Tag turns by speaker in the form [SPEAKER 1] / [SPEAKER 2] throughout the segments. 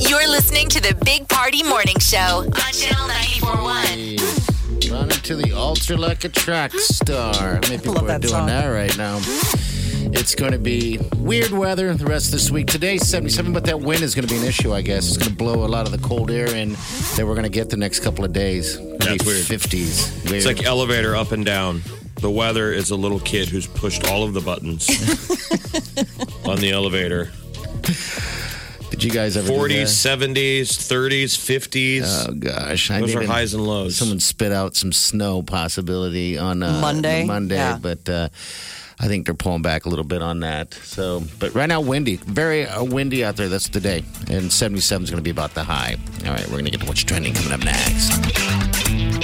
[SPEAKER 1] You're listening to the Big Party Morning Show on Channel 941.
[SPEAKER 2] Running to the altar like a track star. How many people are
[SPEAKER 3] that
[SPEAKER 2] doing
[SPEAKER 3] song.
[SPEAKER 2] that right now? It's going to be weird weather the rest of this week. Today's 77, but that wind is going to be an issue, I guess. It's going to blow a lot of the cold air in that we're going to get the next couple of days. It'll be
[SPEAKER 4] That's weird.
[SPEAKER 2] 50s. Weird.
[SPEAKER 4] It's like elevator up and down. The weather is a little kid who's pushed all of the buttons on the elevator.
[SPEAKER 2] Did you guys ever do
[SPEAKER 4] 40s,
[SPEAKER 2] that?
[SPEAKER 4] 70s, 30s, 50s.
[SPEAKER 2] Oh gosh, I
[SPEAKER 4] Those are
[SPEAKER 2] even-
[SPEAKER 4] highs and lows.
[SPEAKER 2] Someone spit out some snow possibility on uh,
[SPEAKER 3] Monday?
[SPEAKER 2] Monday,
[SPEAKER 3] Yeah.
[SPEAKER 2] but uh, I think they're pulling back a little bit on that. So, but right now, windy, very uh, windy out there. That's the day, and seventy-seven is going to be about the high. All right, we're going to get to what's trending coming up next.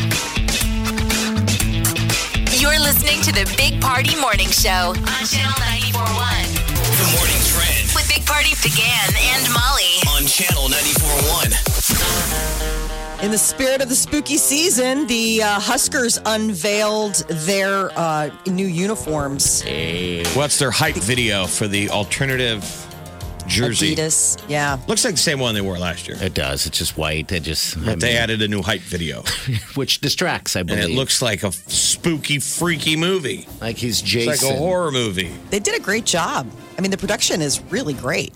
[SPEAKER 1] You're listening to the Big Party Morning Show on Channel 941
[SPEAKER 5] The morning trend
[SPEAKER 1] with Big Party began and Molly.
[SPEAKER 5] on channel 941.
[SPEAKER 3] In the spirit of the spooky season, the uh, Huskers unveiled their uh, new uniforms.
[SPEAKER 4] What's their hype video for the alternative jersey?
[SPEAKER 3] Adidas. Yeah.
[SPEAKER 4] Looks like the same one they wore last year.
[SPEAKER 2] It does. It's just white. It just I
[SPEAKER 4] But they
[SPEAKER 2] mean,
[SPEAKER 4] added a new hype video.
[SPEAKER 2] which distracts. I
[SPEAKER 4] And
[SPEAKER 2] believe
[SPEAKER 4] it looks like a spooky, freaky movie.
[SPEAKER 2] like he's
[SPEAKER 4] It's
[SPEAKER 2] Jason.
[SPEAKER 4] like a horror movie.
[SPEAKER 3] They did a great job. I mean, the production is really great.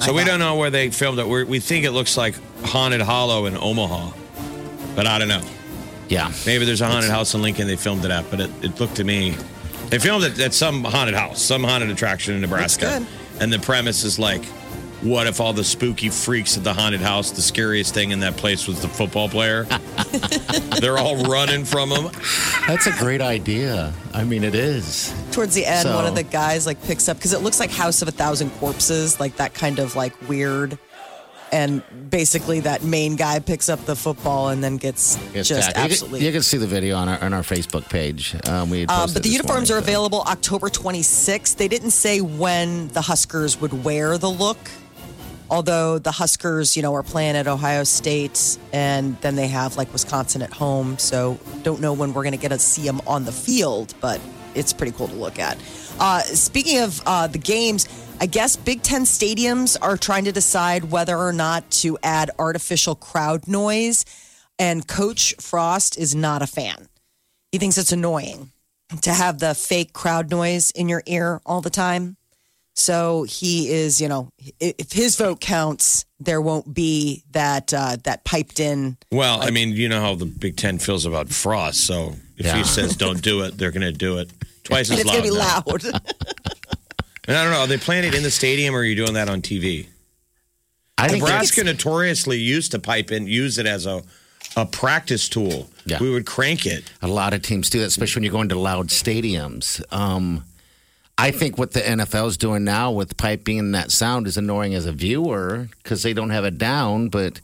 [SPEAKER 4] So we don't know where they filmed it. We're, we think it looks like Haunted Hollow in Omaha, but I don't know.
[SPEAKER 2] Yeah,
[SPEAKER 4] Maybe there's a haunted house in Lincoln they filmed it at, but it, it looked to me. They filmed it at some haunted house, some haunted attraction in Nebraska.
[SPEAKER 3] Looks
[SPEAKER 4] And the premise is like, what if all the spooky freaks at the haunted house, the scariest thing in that place was the football player? They're all running from him.
[SPEAKER 2] that's a great idea. I mean, it is.
[SPEAKER 3] Towards the end,
[SPEAKER 2] So-
[SPEAKER 3] one of the guys like picks up because it looks like House of a Thousand Corpses, like that kind of like weird. And basically, that main guy picks up the football and then gets
[SPEAKER 2] It's tacky.
[SPEAKER 3] just
[SPEAKER 2] You can-
[SPEAKER 3] absolutely.
[SPEAKER 2] You, can see the video on our on our Facebook page. Um, we had
[SPEAKER 3] Um,
[SPEAKER 2] posted
[SPEAKER 3] but the
[SPEAKER 2] this
[SPEAKER 3] uniforms are
[SPEAKER 2] morning, so-
[SPEAKER 3] available October 26th. They didn't say when the Huskers would wear the look, although the Huskers, you know, are playing at Ohio State and then they have like Wisconsin at home. So don't know when we're going to get to see them on the field, but it's pretty cool to look at. Uh, speaking of uh, the games, I guess Big Ten stadiums are trying to decide whether or not to add artificial crowd noise. And Coach Frost is not a fan. He thinks it's annoying to have the fake crowd noise in your ear all the time. So he is, you know, i- if his vote counts, there won't be that uh, that piped in.
[SPEAKER 4] Well, I mean, you know how the Big Ten feels about frost. So if
[SPEAKER 2] Yeah.
[SPEAKER 4] he says don't do it, they're going to do it twice
[SPEAKER 3] And
[SPEAKER 4] as
[SPEAKER 3] it's
[SPEAKER 4] loud.
[SPEAKER 3] gonna be
[SPEAKER 4] now.
[SPEAKER 3] loud.
[SPEAKER 4] And I don't know. Are they playing it in the stadium or are you doing that on TV?
[SPEAKER 2] I think that's-
[SPEAKER 4] Nebraska notoriously used to pipe in, use it as a, a practice tool.
[SPEAKER 2] Yeah.
[SPEAKER 4] We would crank it.
[SPEAKER 2] A lot of teams do that, especially when you're going to loud stadiums. Um, I think what the NFL is doing now with piping in that sound is annoying as a viewer because they don't have it down. But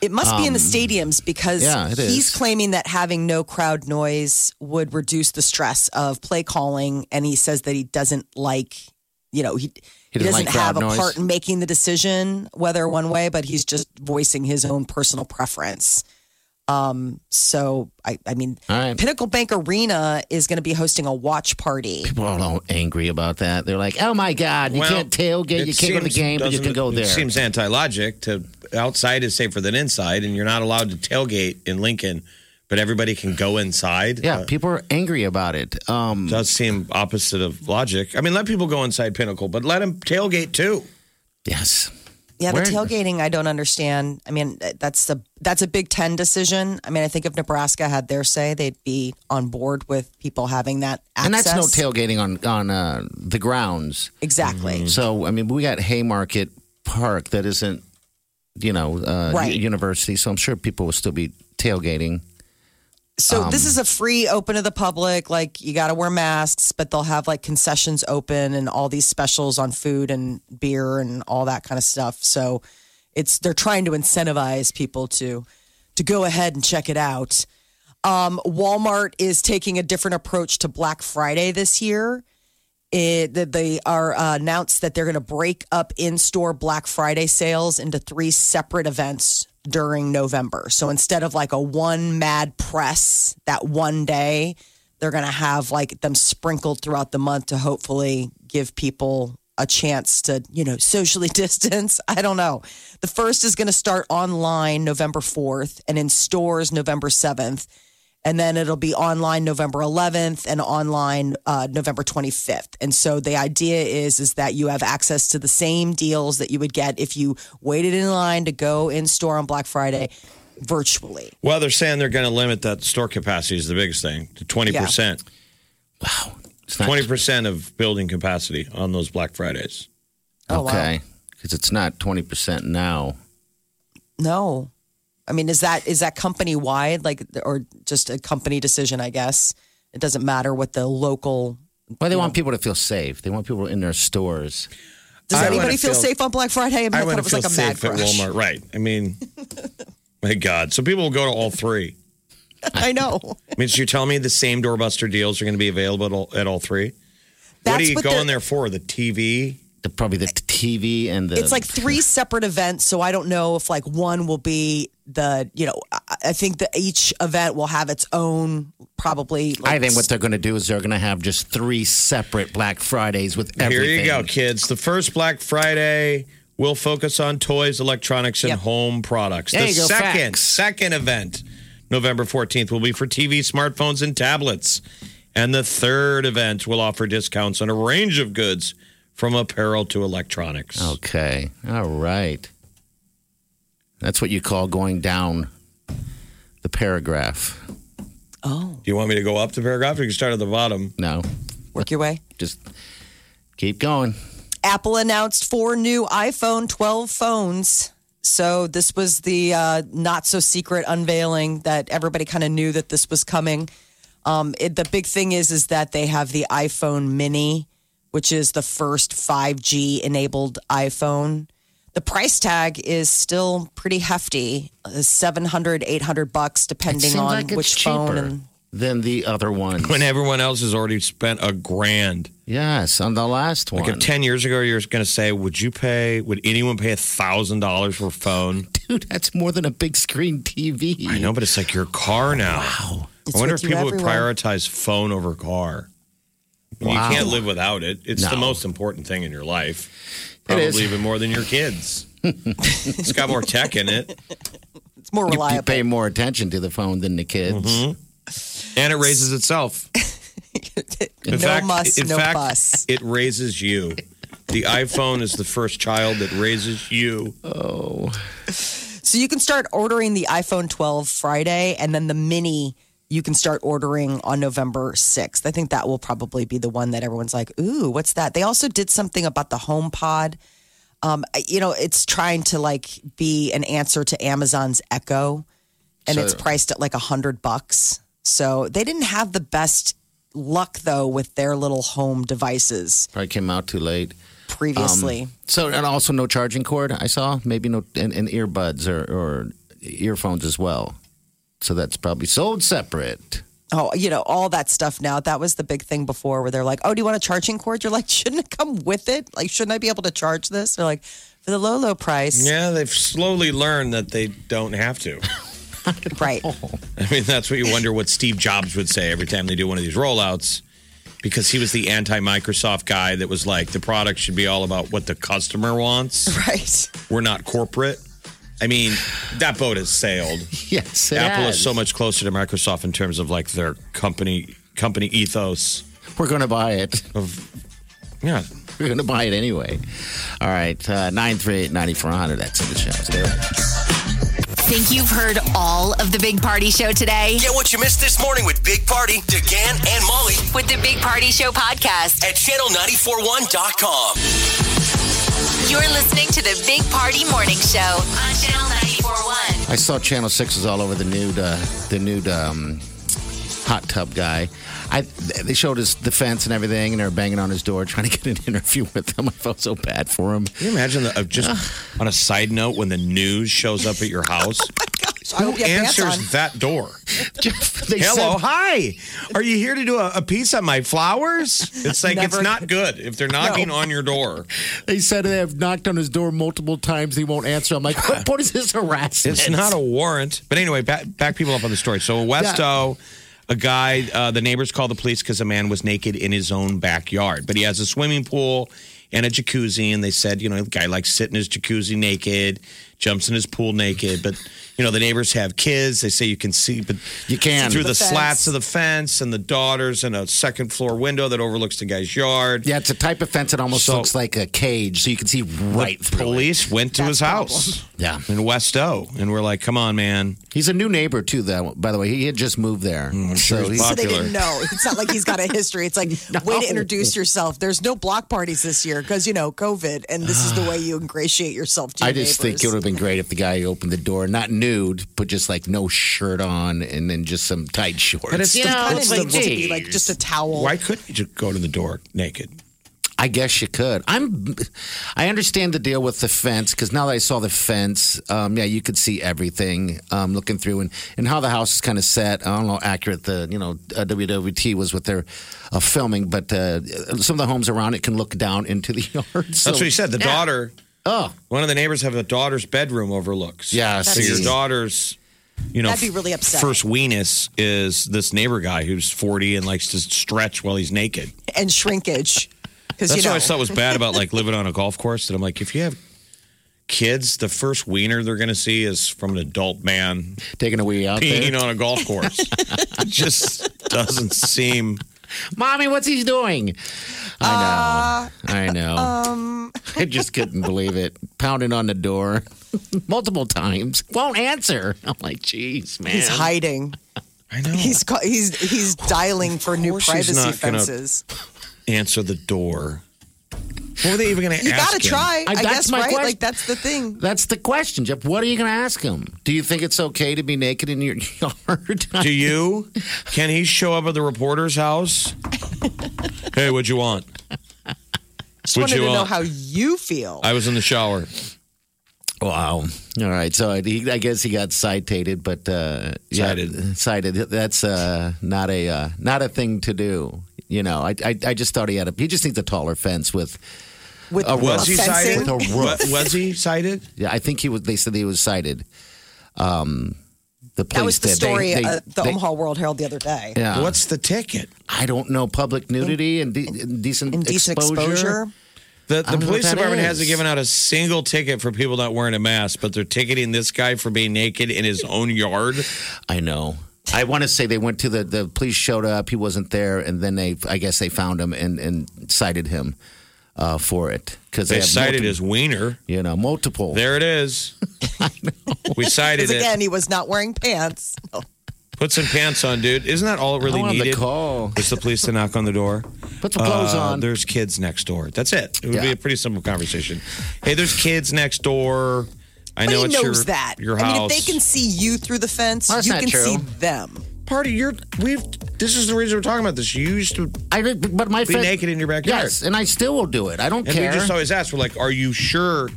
[SPEAKER 3] it must be in the stadiums because
[SPEAKER 2] Um, yeah, it
[SPEAKER 3] he's
[SPEAKER 2] is.
[SPEAKER 3] claiming that having no crowd noise would reduce the stress of play calling, and he says that he doesn't like. You know, he, he
[SPEAKER 2] doesn't
[SPEAKER 3] doesn't,
[SPEAKER 2] like crowd
[SPEAKER 3] have a
[SPEAKER 2] noise.
[SPEAKER 3] part in making the decision whether one way, but he's just voicing his own personal preference. Um, So I, I mean,
[SPEAKER 2] All right.
[SPEAKER 3] Pinnacle Bank Arena is going to be hosting a watch party.
[SPEAKER 2] people are all angry about that. They're like, "Oh my God, you
[SPEAKER 4] Well,
[SPEAKER 2] can't tailgate, you
[SPEAKER 4] it
[SPEAKER 2] can't go to the
[SPEAKER 4] seems-
[SPEAKER 2] game, but you
[SPEAKER 4] doesn't
[SPEAKER 2] can go
[SPEAKER 4] it-
[SPEAKER 2] there."
[SPEAKER 4] It seems anti-logic to outside is safer than inside, and you're not allowed to tailgate in Lincoln, but everybody can go inside.
[SPEAKER 2] yeah,
[SPEAKER 4] Uh,
[SPEAKER 2] people are angry about it. Um,
[SPEAKER 4] does seem opposite of logic. I mean, let people go inside Pinnacle, but let them tailgate too.
[SPEAKER 2] yes,
[SPEAKER 3] Yeah, the
[SPEAKER 2] Where-
[SPEAKER 3] tailgating I don't understand. I mean, uh, that's a that's a Big Ten decision. I mean, I think if Nebraska had their say, they'd be on board with people having that access.
[SPEAKER 2] and that's no tailgating on on uh, the grounds.
[SPEAKER 3] Exactly.
[SPEAKER 4] Mm-hmm.
[SPEAKER 2] So I mean, we got Haymarket Park that isn't, you know, uh,
[SPEAKER 3] Right.
[SPEAKER 2] u- university. So I'm sure people will still be tailgating.
[SPEAKER 3] So
[SPEAKER 2] Um,
[SPEAKER 3] this is a free, open to the public. Like you got to wear masks, but they'll have like concessions open and all these specials on food and beer and all that kind of stuff. So It's they're trying to incentivize people to to go ahead and check it out. Um, Walmart is taking a different approach to Black Friday this year. It, that they are uh, announced that they're going to break up in-store Black Friday sales into three separate events during November. So instead of like a one mad press that one day, they're going to have like them sprinkled throughout the month to hopefully give people a chance to, you know, socially distance. I don't know. The first is going to start online November 4th and in stores November 7th. And then it'll be online November 11th and online uh, November 25th. And so the idea is is that you have access to the same deals that you would get if you waited in line to go in store on Black Friday virtually.
[SPEAKER 4] Well, they're saying they're going to limit that store capacity is the biggest thing to 20%.
[SPEAKER 2] It's not-
[SPEAKER 4] 20% of building capacity on those Black Fridays.
[SPEAKER 3] Oh, wow.
[SPEAKER 2] okay, because it's not twenty percent now.
[SPEAKER 3] No. I mean, is that is that company wide, like, or just a company decision? I guess it doesn't matter what the local.
[SPEAKER 2] Well, they want people to feel safe. They want people in their stores.
[SPEAKER 3] Does
[SPEAKER 4] I
[SPEAKER 3] anybody
[SPEAKER 4] wouldn't
[SPEAKER 3] feel,
[SPEAKER 4] feel-
[SPEAKER 3] safe on Black Friday? I mean, I, thought
[SPEAKER 4] wanna
[SPEAKER 3] it was like a mad
[SPEAKER 4] at
[SPEAKER 3] rush.
[SPEAKER 4] Walmart. Right. I mean, my God. So people will go to all three.
[SPEAKER 3] I know.
[SPEAKER 4] I mean, so you're telling me the same doorbuster deals are going to be available at all, at all three? what are
[SPEAKER 3] That's
[SPEAKER 4] you
[SPEAKER 3] what
[SPEAKER 4] going
[SPEAKER 3] they're-
[SPEAKER 4] there for? The TV?
[SPEAKER 2] The, probably the TV and the.
[SPEAKER 3] It's like three separate events, so I don't know if like one will be the you know. I- I think that each event will have its own probably. Like,
[SPEAKER 2] I think what they're going to do is they're going to have just three separate Black Fridays with everything.
[SPEAKER 4] Here you go, kids. The first Black Friday will focus on toys, electronics, and
[SPEAKER 3] Yep.
[SPEAKER 4] home products.
[SPEAKER 2] There
[SPEAKER 4] the
[SPEAKER 2] you go,
[SPEAKER 4] second
[SPEAKER 2] facts.
[SPEAKER 4] second event, November 14th, will be for TV, smartphones, and tablets. And the third event will offer discounts on a range of goods from apparel to electronics.
[SPEAKER 3] Oh,
[SPEAKER 2] Okay. All right. That's what you call going down the paragraph.
[SPEAKER 3] oh,
[SPEAKER 4] Do you want me to go up the paragraph? Or you can start at the bottom.
[SPEAKER 2] No,
[SPEAKER 3] work your way.
[SPEAKER 2] just keep going.
[SPEAKER 3] Apple announced four new iPhone 12 phones. So this was the uh, not so secret unveiling that everybody kind of knew that this was coming. Um, it, the big thing is is that they have the iPhone Mini, which is the first 5G enabled iPhone. The price tag is still pretty hefty, uh, 700, 800 bucks,
[SPEAKER 2] It
[SPEAKER 3] depending
[SPEAKER 2] seems
[SPEAKER 3] on
[SPEAKER 2] like it's
[SPEAKER 3] which
[SPEAKER 2] cheaper
[SPEAKER 3] phone. And
[SPEAKER 2] than the other one.
[SPEAKER 4] When everyone else has already spent a grand.
[SPEAKER 2] Yes, on the last one.
[SPEAKER 4] Like if 10 years ago, you're going to say, would you pay, would anyone pay $1,000 for a phone?
[SPEAKER 2] Dude, that's more than a big screen TV.
[SPEAKER 4] I know, but it's like your car now. Wow.
[SPEAKER 3] It's
[SPEAKER 4] I wonder if
[SPEAKER 3] with you
[SPEAKER 4] people would
[SPEAKER 3] everywhere.
[SPEAKER 4] prioritize phone over car. I mean,
[SPEAKER 2] Wow.
[SPEAKER 4] You can't live without it. It's the
[SPEAKER 2] No.
[SPEAKER 4] most important thing in your life.
[SPEAKER 2] It
[SPEAKER 4] Probably
[SPEAKER 2] is.
[SPEAKER 4] even more than your kids. it's got more tech in it.
[SPEAKER 3] it's more
[SPEAKER 2] You- You
[SPEAKER 3] reliable.
[SPEAKER 2] pay more attention to the phone than the kids.
[SPEAKER 4] And it raises itself. In
[SPEAKER 3] no
[SPEAKER 4] fact,
[SPEAKER 3] muss,
[SPEAKER 4] in
[SPEAKER 3] no
[SPEAKER 4] fact,
[SPEAKER 3] fuss.
[SPEAKER 4] It raises you. The iPhone is the first child that raises you.
[SPEAKER 3] So you can start ordering the iPhone 12 Friday, and then the mini you can start ordering on November 6th. I think that will probably be the one that everyone's like, ooh, what's that? They also did something about the home pod. Um, you know, it's trying to like be an answer to Amazon's Echo, and it's priced at like a hundred bucks. So they didn't have the best luck though with their little home devices
[SPEAKER 2] Probably came out too late.
[SPEAKER 3] previously.
[SPEAKER 2] So, and also no charging cord, I saw. Maybe no, and, and earbuds or, or earphones as well. So that's probably sold separate.
[SPEAKER 3] Oh, you know, all that stuff now. That was the big thing before where they're like, oh, do you want a charging cord? You're like, shouldn't it come with it? Like, shouldn't I be able to charge this? They're like, for the low, low price.
[SPEAKER 4] Yeah, they've slowly learned that they don't have to.
[SPEAKER 3] Right.
[SPEAKER 4] I mean, that's what you wonder what Steve Jobs would say every time they do one of these rollouts because he was the anti Microsoft guy that was like, the product should be all about what the customer wants.
[SPEAKER 3] Right.
[SPEAKER 4] We're not corporate. I mean, that boat has sailed.
[SPEAKER 2] Yes, it
[SPEAKER 4] Apple is
[SPEAKER 2] has.
[SPEAKER 4] so much closer to Microsoft in terms of like their company company ethos
[SPEAKER 2] We're going to buy it.
[SPEAKER 4] of yeah.
[SPEAKER 2] We're going to buy it anyway. All right, uh, 938 9400. That's in the show. Stay right there.
[SPEAKER 1] Think you've heard all of the Big Party Show today?
[SPEAKER 5] Get what you missed this morning with Big Party, DeGan, and Molly
[SPEAKER 1] With the Big Party Show podcast,
[SPEAKER 5] at channel941.com.
[SPEAKER 1] you're listening to the Big Party Morning Show on Channel 941.
[SPEAKER 2] I saw Channel Six is all over the nude, uh, the nude um, hot tub guy. I they showed his the fence and everything, and they were banging on his door trying to get an interview with him. I felt so bad for him.
[SPEAKER 4] Can you imagine the, uh, just on a side note when the news shows up at your house?
[SPEAKER 3] Oh I hope
[SPEAKER 4] Who
[SPEAKER 3] you have pants on.
[SPEAKER 4] answers that door?
[SPEAKER 2] Jeff, they
[SPEAKER 4] Hello,
[SPEAKER 2] said-
[SPEAKER 4] hi. Are you here to do a, a piece on my flowers? It's like it's
[SPEAKER 3] Never.
[SPEAKER 4] not good if they're knocking on your door.
[SPEAKER 2] they said they have knocked on his door multiple times. He won't answer. I'm like, what, what is this harassment?
[SPEAKER 4] It's not a warrant. But anyway, back, back people up on the story. So, Westo, a guy, uh, the neighbors called the police because a man was naked in his own backyard. But he has a swimming pool and a jacuzzi. And they said, you know, the guy likes sitting in his jacuzzi naked, jumps in his pool naked. But, you know, the neighbors have kids. They say you can see, but
[SPEAKER 2] You can.
[SPEAKER 4] through the,
[SPEAKER 3] The fence.
[SPEAKER 4] slats of the fence and the daughters and a second floor window that overlooks the guy's yard.
[SPEAKER 2] Yeah, it's a type of fence that almost
[SPEAKER 4] So-
[SPEAKER 2] looks like a cage, so you can see right
[SPEAKER 4] The
[SPEAKER 2] through it.
[SPEAKER 4] police went to his house
[SPEAKER 2] Yeah.
[SPEAKER 4] in Westo, and we're like, "Come on, man!
[SPEAKER 2] He's a new neighbor too, though. By the way, he had just moved there, so
[SPEAKER 4] Mm, sure he's
[SPEAKER 2] he's
[SPEAKER 3] So they
[SPEAKER 4] Popular.
[SPEAKER 3] didn't know. It's not like he's got a history. It's like, way to introduce yourself. There's no block parties this year because, you know, COVID, and this is the way you ingratiate yourself to your
[SPEAKER 2] I just think
[SPEAKER 3] neighbors.
[SPEAKER 2] it would have been great if the guy who opened the door, not nude, but just like no shirt on and then just some tight shorts.
[SPEAKER 4] But it's You the- know,
[SPEAKER 3] kind
[SPEAKER 4] it's
[SPEAKER 3] of
[SPEAKER 4] the
[SPEAKER 3] needs to be like just a towel.
[SPEAKER 4] Why couldn't you just go to the door naked?"
[SPEAKER 2] I guess you could. I'm. I understand the deal with the fence because now that I saw the fence, um, yeah, you could see everything um, looking through and, and how the house is kind of set. I don't know how accurate the you know uh, WWT was with their uh, filming, but uh, some of the homes around it can look down into the yard. So,
[SPEAKER 4] That's what he said. The daughter.
[SPEAKER 2] Oh.
[SPEAKER 4] One of the neighbors have a daughter's bedroom overlooks.
[SPEAKER 2] Yeah,
[SPEAKER 4] So
[SPEAKER 2] see.
[SPEAKER 4] your daughter's, you know,
[SPEAKER 3] That'd be really upsetting.
[SPEAKER 4] First weenus is this neighbor guy who's 40 and likes to stretch while he's naked.
[SPEAKER 3] And shrinkage.
[SPEAKER 4] That's
[SPEAKER 3] Because, you
[SPEAKER 4] what I
[SPEAKER 3] know,
[SPEAKER 4] always thought was bad about like living on a golf course. That I'm like, if you have kids, the first wiener they're going to see is from an adult man
[SPEAKER 2] Taking a wee out there.
[SPEAKER 4] peeing on a golf course. it just doesn't seem.
[SPEAKER 2] Mommy, what's he doing? I know. I know. I just couldn't believe it. Pounding on the door multiple times. Won't answer. I'm like, jeez, man.
[SPEAKER 3] he's hiding.
[SPEAKER 4] I know.
[SPEAKER 3] He's ca- he's he's dialing for new
[SPEAKER 4] course he's
[SPEAKER 3] privacy
[SPEAKER 4] not gonna-
[SPEAKER 3] fences.
[SPEAKER 4] Answer the door. What were they even going to ask?
[SPEAKER 3] You gotta
[SPEAKER 4] him?
[SPEAKER 3] try.
[SPEAKER 2] I-
[SPEAKER 3] I,
[SPEAKER 2] that's
[SPEAKER 3] guess
[SPEAKER 2] my
[SPEAKER 3] right.
[SPEAKER 2] question.
[SPEAKER 3] Like that's the thing.
[SPEAKER 2] That's the question, Jeff. What are you going to ask him? Do you think it's okay to be naked in your yard?
[SPEAKER 4] Do you? Can he show up at the reporter's house? hey, what'd you want?
[SPEAKER 3] Just
[SPEAKER 4] Would
[SPEAKER 3] wanted
[SPEAKER 4] you
[SPEAKER 3] to know
[SPEAKER 4] want-
[SPEAKER 3] how you feel.
[SPEAKER 4] I was in the shower.
[SPEAKER 2] wow. All right. So I, he, I guess he got cited, but uh, yeah,
[SPEAKER 4] Cited.
[SPEAKER 2] cited. That's uh, not a uh, not a thing to do. You know, I, I I just thought he had a he just needs a taller fence with
[SPEAKER 3] With
[SPEAKER 2] Uh, was
[SPEAKER 4] Was
[SPEAKER 3] the
[SPEAKER 4] he
[SPEAKER 2] Offensive.
[SPEAKER 3] fencing.
[SPEAKER 4] cited? Wa- Was he cited?
[SPEAKER 2] Yeah, I think he was. They said he was cited. Um, the police
[SPEAKER 3] That was the
[SPEAKER 2] did. They-
[SPEAKER 3] story
[SPEAKER 2] they-
[SPEAKER 3] at the
[SPEAKER 2] they-
[SPEAKER 3] Omaha World Herald the other day.
[SPEAKER 2] Yeah.
[SPEAKER 4] What's the ticket?
[SPEAKER 2] I don't know. Public nudity and de- decent
[SPEAKER 3] Indecent exposure.
[SPEAKER 4] The, the
[SPEAKER 2] don't know what
[SPEAKER 4] police
[SPEAKER 2] that
[SPEAKER 4] department
[SPEAKER 2] is.
[SPEAKER 4] hasn't given out a single ticket for people not wearing a mask, but they're ticketing this guy for being naked in his own yard.
[SPEAKER 2] I know. I want to say they went to the the police showed up. He wasn't there, and then they I guess they found him and and cited him uh, for it because
[SPEAKER 4] They
[SPEAKER 2] have
[SPEAKER 4] cited
[SPEAKER 2] multi-
[SPEAKER 4] his wiener.
[SPEAKER 2] you know multiple.
[SPEAKER 4] There it is. We cited
[SPEAKER 3] Because
[SPEAKER 4] it.
[SPEAKER 3] again, he was not wearing pants. No.
[SPEAKER 4] Put some pants on, dude. Isn't that all it
[SPEAKER 2] I
[SPEAKER 4] really
[SPEAKER 2] wanted to
[SPEAKER 4] needed?
[SPEAKER 2] call.
[SPEAKER 4] Is the police to knock on the door?
[SPEAKER 2] Put some clothes
[SPEAKER 4] Uh,
[SPEAKER 2] on.
[SPEAKER 4] There's kids next door. That's it. It would be
[SPEAKER 2] Yeah.
[SPEAKER 4] a pretty simple conversation. Hey, there's kids next door. I
[SPEAKER 3] But
[SPEAKER 4] know
[SPEAKER 3] he
[SPEAKER 4] it's
[SPEAKER 3] knows
[SPEAKER 4] your,
[SPEAKER 3] that.
[SPEAKER 4] your
[SPEAKER 3] I mean,
[SPEAKER 4] house.
[SPEAKER 3] if they can see you through the fence,
[SPEAKER 2] Well, that's
[SPEAKER 3] you
[SPEAKER 2] not
[SPEAKER 3] can
[SPEAKER 2] true.
[SPEAKER 3] see them.
[SPEAKER 4] Party, you're we've. This is the reason we're talking about this. You used to,
[SPEAKER 2] I did- but my
[SPEAKER 4] Be
[SPEAKER 2] friend-
[SPEAKER 4] naked in your backyard.
[SPEAKER 2] Yes, and I still will do it. I don't
[SPEAKER 4] and
[SPEAKER 2] care.
[SPEAKER 4] we just always ask. We're like, are you sure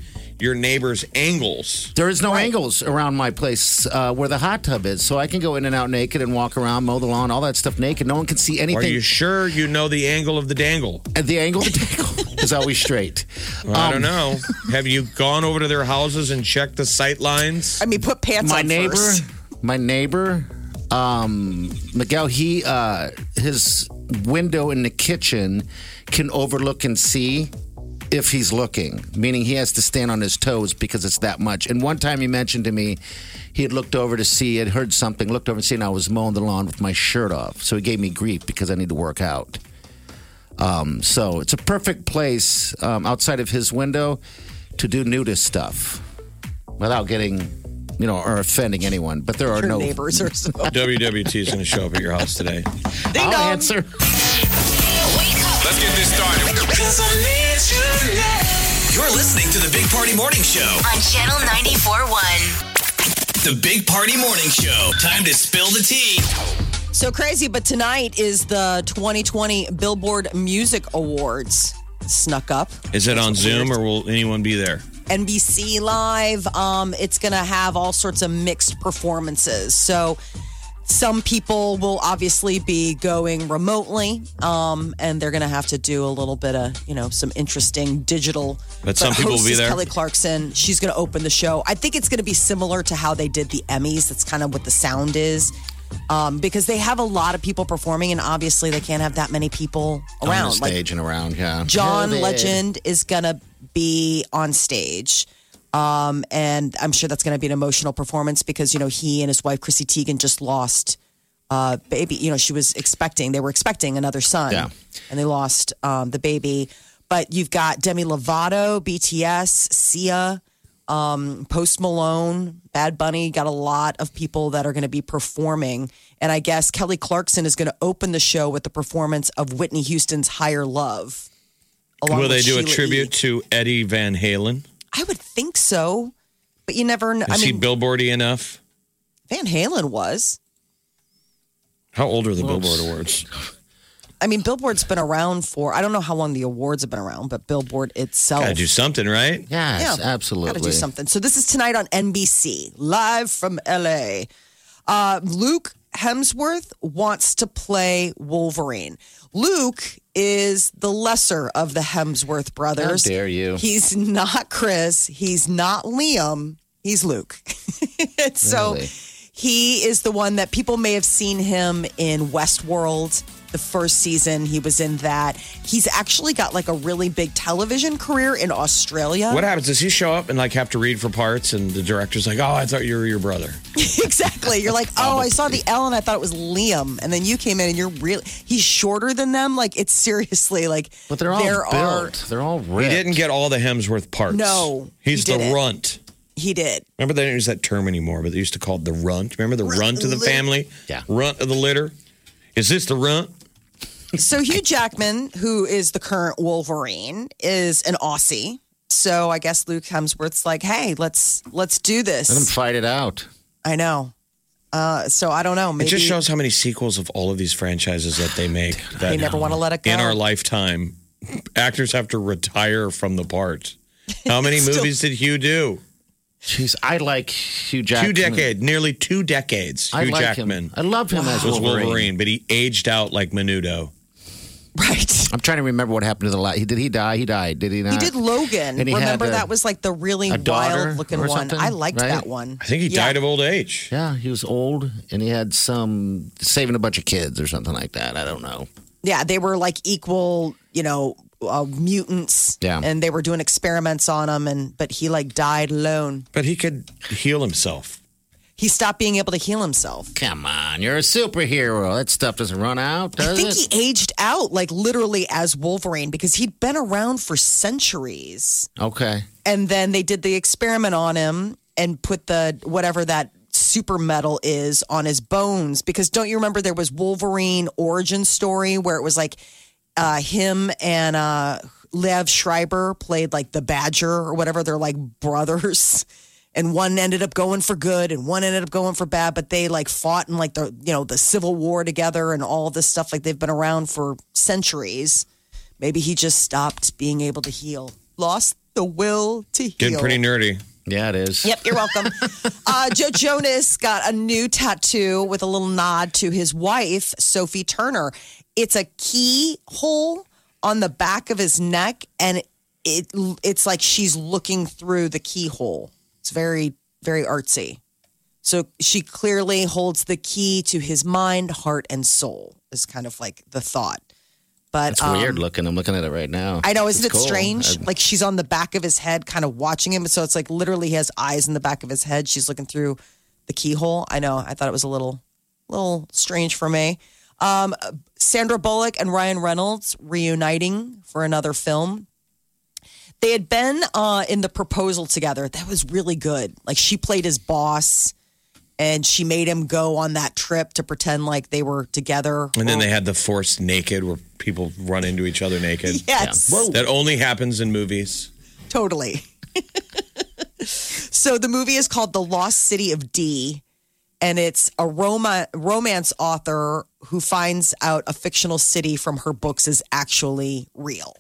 [SPEAKER 4] your neighbor's angles?
[SPEAKER 2] There is no angles around my place uh, where the hot tub is, so I can go in and out naked and walk around, mow the lawn, all that stuff naked. No one can see anything.
[SPEAKER 4] Are you sure you know the angle of the dangle?
[SPEAKER 2] And the angle of the angle is always straight.
[SPEAKER 4] I don't know. Have you gone over to their houses and checked the sight lines?
[SPEAKER 3] I mean, put pants
[SPEAKER 2] My
[SPEAKER 3] on
[SPEAKER 2] neighbor,
[SPEAKER 3] first.
[SPEAKER 2] my neighbor, um, Miguel. He uh, his window in the kitchen can overlook and see if he's looking, meaning he has to stand on his toes because it's that much. And one time he mentioned to me he had looked over to see, had heard something, looked over and seen I was mowing the lawn with my shirt off. So he gave me grief because I need to work out. Um, so it's a perfect place um, outside of his window to do nudist stuff without getting, you know, or offending anyone. But there are
[SPEAKER 3] Your
[SPEAKER 2] no
[SPEAKER 3] neighbors or so.
[SPEAKER 4] WWT is going to show up at your house today.
[SPEAKER 3] Ding
[SPEAKER 2] I'll
[SPEAKER 3] dong.
[SPEAKER 2] answer.
[SPEAKER 1] Wake up.
[SPEAKER 5] Let's get this started. You're listening to the Big Party Morning Show.
[SPEAKER 1] On Channel 94.1.
[SPEAKER 5] The Big Party Morning Show. Time to spill the tea.
[SPEAKER 3] So crazy, but tonight is the 2020 Billboard Music Awards. Snuck up.
[SPEAKER 4] Is it on Zoom or will anyone be there?
[SPEAKER 3] NBC Live. Um, it's going to have all sorts of mixed performances. So some people will obviously be going remotely, um, and they're going to have to do a little bit of you know some interesting digital.
[SPEAKER 4] But some people will
[SPEAKER 3] host
[SPEAKER 4] be
[SPEAKER 3] is
[SPEAKER 4] there.
[SPEAKER 3] Kelly Clarkson. She's going to open the show. I think it's going to be similar to how they did the Emmys. That's kind of what the sound is. Um, because they have a lot of people performing, and obviously they can't have that many people around.
[SPEAKER 2] on the
[SPEAKER 3] Like,
[SPEAKER 2] stage and around. Yeah,
[SPEAKER 3] John
[SPEAKER 2] Holiday.
[SPEAKER 3] Legend is gonna be on stage. Um, and I'm sure that's gonna be an emotional performance because, you know, he and his wife Chrissy Teigen just lost uh baby. You know, she was expecting, they were expecting another son.
[SPEAKER 2] Yeah.
[SPEAKER 3] And they lost um the baby. But you've got Demi Lovato, BTS, Sia, um, Post Malone, Bad Bunny, got a lot of people that are going to be performing. And I guess Kelly Clarkson is going to open the show with the performance of Whitney Houston's Higher Love. along
[SPEAKER 4] Will they
[SPEAKER 3] with
[SPEAKER 4] do a
[SPEAKER 3] Sheila E.
[SPEAKER 4] tribute to Eddie Van Halen?
[SPEAKER 3] I would think so, but you never know. I
[SPEAKER 4] Is he
[SPEAKER 3] mean,
[SPEAKER 4] billboardy enough?
[SPEAKER 3] Van Halen was.
[SPEAKER 4] How old are the Billboard Awards?
[SPEAKER 3] I mean, Billboard's been around for, I don't know how long the awards have been around, but Billboard itself.
[SPEAKER 4] Gotta do something, right?
[SPEAKER 2] Yes, absolutely.
[SPEAKER 3] Gotta do something. So this is tonight on NBC, live from LA. Uh, Luke Hemsworth wants to play Wolverine. Luke is the lesser of the Hemsworth brothers.
[SPEAKER 2] dare you.
[SPEAKER 3] He's not Chris. He's not Liam. He's Luke. And so
[SPEAKER 2] Really?
[SPEAKER 3] he is the one that people may have seen him in Westworld. The first season he was in that. He's actually got like a really big television career in Australia.
[SPEAKER 4] What happens? Does he show up and like have to read for parts, and the director's like, "Oh, I thought you were your brother."
[SPEAKER 3] exactly. You're like, oh, I saw the L and I thought it was Liam, and then you came in and you're really he's shorter than them. Like it's seriously like,
[SPEAKER 2] But they're all
[SPEAKER 3] there are
[SPEAKER 2] built. they're all
[SPEAKER 4] He
[SPEAKER 2] ripped.
[SPEAKER 4] didn't get all the Hemsworth parts.
[SPEAKER 3] No,
[SPEAKER 4] he's
[SPEAKER 3] he
[SPEAKER 4] the
[SPEAKER 3] didn't.
[SPEAKER 4] runt.
[SPEAKER 3] he did
[SPEAKER 4] Remember they don't use that term anymore, but they used to call it the runt. Remember the runt, of the
[SPEAKER 3] litter.
[SPEAKER 4] family?
[SPEAKER 2] Yeah.
[SPEAKER 4] runt of the litter. Is this the runt?
[SPEAKER 3] So Hugh Jackman, who is the current Wolverine, is an Aussie. So I guess Luke Hemsworth's like, hey, let's let's do
[SPEAKER 2] Let them
[SPEAKER 3] this.
[SPEAKER 2] fight it out.
[SPEAKER 3] I know. Uh, so I don't know. Maybe
[SPEAKER 4] It just shows how many sequels of all of these franchises that they make. That
[SPEAKER 3] They never wanna let it go.
[SPEAKER 4] In our lifetime, actors have to retire from the part. How many movies did Hugh do?
[SPEAKER 2] Jeez, I like Hugh
[SPEAKER 4] Two
[SPEAKER 2] Jackman.
[SPEAKER 4] decades, nearly two decades.
[SPEAKER 2] I
[SPEAKER 4] Hugh
[SPEAKER 2] like
[SPEAKER 4] Jackman
[SPEAKER 2] him. I love him as
[SPEAKER 4] was
[SPEAKER 2] Wolverine.
[SPEAKER 4] Wolverine. but he aged out like Menudo.
[SPEAKER 3] right.
[SPEAKER 2] I'm trying to remember what happened to the last. Did he die? He died. Did he not?
[SPEAKER 3] He did Logan.
[SPEAKER 2] And he
[SPEAKER 3] Remember
[SPEAKER 2] had a-
[SPEAKER 3] that was like the really
[SPEAKER 2] a daughter
[SPEAKER 3] wild looking
[SPEAKER 2] or
[SPEAKER 3] one.
[SPEAKER 2] something,
[SPEAKER 3] I liked
[SPEAKER 2] right?
[SPEAKER 3] that one.
[SPEAKER 4] I think he died of old age.
[SPEAKER 2] Yeah, he was old and he had some saving a bunch of kids or something like that. I don't know.
[SPEAKER 3] yeah, they were like equal, you know, uh, mutants.
[SPEAKER 2] Yeah.
[SPEAKER 3] and they were doing experiments on him, and but he like died alone.
[SPEAKER 4] But he could heal himself.
[SPEAKER 3] He stopped being able to heal himself.
[SPEAKER 2] Come on, you're a superhero. That stuff doesn't run out,
[SPEAKER 3] I
[SPEAKER 2] does
[SPEAKER 3] think
[SPEAKER 2] it?
[SPEAKER 3] he aged out like literally as Wolverine because he'd been around for centuries.
[SPEAKER 2] okay.
[SPEAKER 3] And then they did the experiment on him and put the whatever that super metal is on his bones because don't you remember there was Wolverine origin story where it was like uh, him and uh, Lev Schreiber played like the Badger or whatever. They're like brothers. And one ended up going for good and one ended up going for bad, but they like fought in like the, you know, the Civil War together and all this stuff. Like they've been around for centuries. Maybe he just stopped being able to heal, lost the will to heal.
[SPEAKER 4] Getting pretty nerdy.
[SPEAKER 2] Yeah, it is.
[SPEAKER 3] Yep, you're welcome. uh, Joe Jonas got a new tattoo with a little nod to his wife, Sophie Turner. It's a keyhole on the back of his neck, and it it's like she's looking through the keyhole. It's very very artsy. So she clearly holds the key to his mind, heart, and soul. Is kind of like the thought. But
[SPEAKER 2] It's
[SPEAKER 3] um,
[SPEAKER 2] weird looking. I'm looking at it right now.
[SPEAKER 3] I know, isn't it
[SPEAKER 2] It's cool.
[SPEAKER 3] strange?
[SPEAKER 2] I-
[SPEAKER 3] like she's on the back of his head, kind of watching him. So it's like literally he has eyes in the back of his head. She's looking through the keyhole. I know. I thought it was a little, little strange for me. Um, Sandra Bullock and Ryan Reynolds reuniting for another film. They had been uh, in the proposal together. That was really good. Like she played his boss, and she made him go on that trip to pretend like they were together.
[SPEAKER 4] And
[SPEAKER 2] Oh.
[SPEAKER 4] then they had the forced naked where people run into each other naked.
[SPEAKER 3] yes.
[SPEAKER 4] That only happens in movies.
[SPEAKER 3] Totally. so the movie is called The Lost City of D. and it's a Roma, romance author who finds out a fictional city from her books is actually real.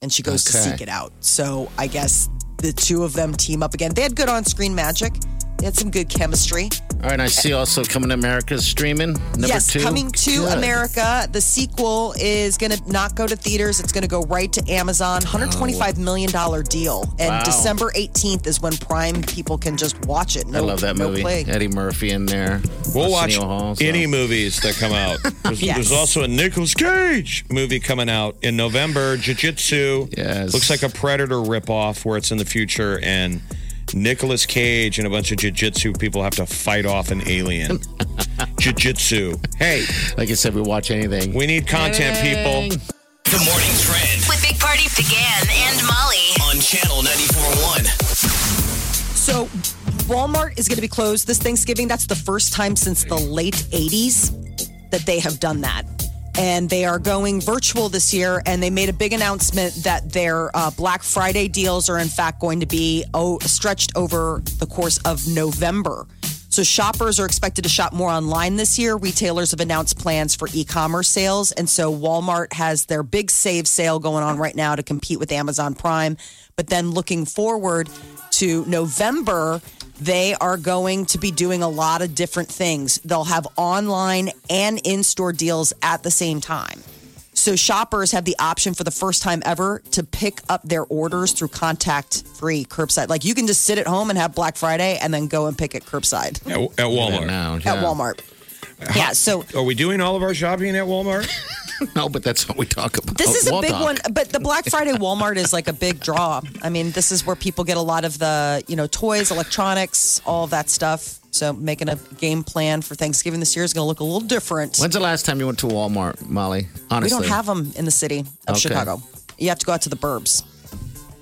[SPEAKER 3] And she goes to
[SPEAKER 2] Okay.
[SPEAKER 3] seek it out. So I guess the two of them team up again. They had good on screen magic, they had some good chemistry.
[SPEAKER 2] All right, I see also Coming to America is streaming. Number
[SPEAKER 3] yes,
[SPEAKER 2] two.
[SPEAKER 3] coming to
[SPEAKER 2] Good.
[SPEAKER 3] America. The sequel is going to not go to theaters. It's going to go right to Amazon. $125 million dollar deal. And
[SPEAKER 2] Oh. Wow.
[SPEAKER 3] December 18th is when Prime people can just watch it. No,
[SPEAKER 2] I love that
[SPEAKER 3] no
[SPEAKER 2] movie.
[SPEAKER 3] play.
[SPEAKER 2] Eddie Murphy in there.
[SPEAKER 4] We'll watch
[SPEAKER 2] Arsenio Hall, so-
[SPEAKER 4] any movies that come out. There's,
[SPEAKER 3] Yes.
[SPEAKER 4] there's also a Nicolas Cage movie coming out in November. Jiu Jitsu.
[SPEAKER 2] Yes.
[SPEAKER 4] Looks like a Predator ripoff where it's in the future and Nicolas Cage and a bunch of Jiu Jitsu people have to fight off an alien. Jiu Jitsu. Hey,
[SPEAKER 2] Like I said, we watch anything.
[SPEAKER 4] we need content, people.
[SPEAKER 5] The morning trend
[SPEAKER 1] With Big Party began and Molly.
[SPEAKER 5] on channel 941.
[SPEAKER 3] So Walmart is going to be closed this Thanksgiving. That's the first time since the late 80s that they have done that. And they are going virtual this year, and they made a big announcement that their uh, Black Friday deals are, in fact, going to be oh, stretched over the course of November. So, shoppers are expected to shop more online this year. Retailers have announced plans for e commerce sales. And so, Walmart has their big save sale going on right now to compete with Amazon Prime. But then, looking forward to November, they are going to be doing a lot of different things. They'll have online and in store deals at the same time. So, shoppers have the option for the first time ever to pick up their orders through contact free curbside. Like, you can just sit at home and have Black Friday and then go and pick it curbside
[SPEAKER 4] At, at Walmart.
[SPEAKER 2] No,
[SPEAKER 3] at Walmart. Yeah, so
[SPEAKER 4] Are we doing all of our shopping at Walmart?
[SPEAKER 2] No, but that's what we talk about.
[SPEAKER 3] this is a
[SPEAKER 2] Oh, Wall
[SPEAKER 3] big
[SPEAKER 2] talk.
[SPEAKER 3] one, but the Black Friday Walmart is like a big draw. I mean, this is where people get a lot of the, you know, toys, electronics, all of that stuff. So making a game plan for Thanksgiving this year is going to look a little different.
[SPEAKER 2] When's the last time you went to Walmart, Molly?
[SPEAKER 3] we
[SPEAKER 2] Honestly.
[SPEAKER 3] don't have them in the city of
[SPEAKER 2] Okay.
[SPEAKER 3] Chicago. You have to go out to the burbs.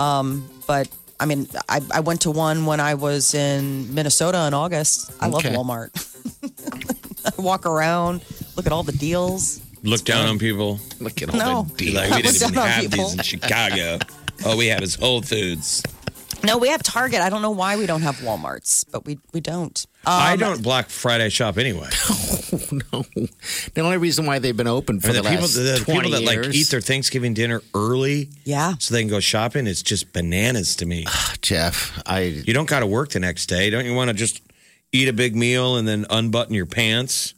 [SPEAKER 3] Um, but I mean, I, I went to one when I was in Minnesota in August. I
[SPEAKER 2] Okay.
[SPEAKER 3] love Walmart. I walk around, look at all the deals.
[SPEAKER 4] Look down on people.
[SPEAKER 2] Look at all
[SPEAKER 3] No.
[SPEAKER 2] the deals.
[SPEAKER 4] Like,
[SPEAKER 3] I
[SPEAKER 4] we
[SPEAKER 3] look
[SPEAKER 4] didn't even
[SPEAKER 3] down on
[SPEAKER 4] have
[SPEAKER 3] people.
[SPEAKER 4] these in Chicago. All we have is Whole Foods.
[SPEAKER 3] No, we have Target. I don't know why we don't have Walmarts, but we we don't.
[SPEAKER 4] I don't Black Friday shop anyway.
[SPEAKER 2] No. The only reason why they've been open for
[SPEAKER 4] I mean,
[SPEAKER 2] the,
[SPEAKER 4] the, people,
[SPEAKER 2] last
[SPEAKER 4] the
[SPEAKER 2] 20
[SPEAKER 4] people that
[SPEAKER 2] years,
[SPEAKER 4] like eat their Thanksgiving dinner early,
[SPEAKER 3] Yeah.
[SPEAKER 4] so they can go shopping. It's just bananas to me.
[SPEAKER 2] Jeff, I
[SPEAKER 4] You don't got to work the next day. Don't you want to just eat a big meal and then unbutton your pants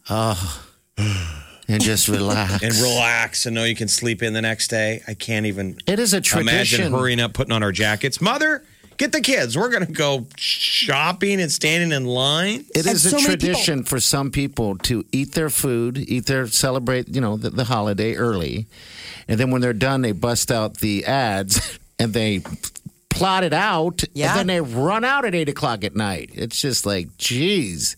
[SPEAKER 2] and just relax.
[SPEAKER 4] and relax and know you can sleep in the next day? I can't even
[SPEAKER 2] It is a
[SPEAKER 4] imagine
[SPEAKER 2] tradition.
[SPEAKER 4] hurrying up, putting on our jackets. Mother, get the kids. We're gonna go shopping and standing in line.
[SPEAKER 2] It
[SPEAKER 3] And
[SPEAKER 2] is a
[SPEAKER 3] so many people-
[SPEAKER 2] tradition for some people to eat their food, eat their celebrate, you know, the, the holiday early, and then when they're done, they bust out the ads and they plot it out,
[SPEAKER 3] Yeah.
[SPEAKER 2] and then they run out at eight o'clock at night. It's just like, geez,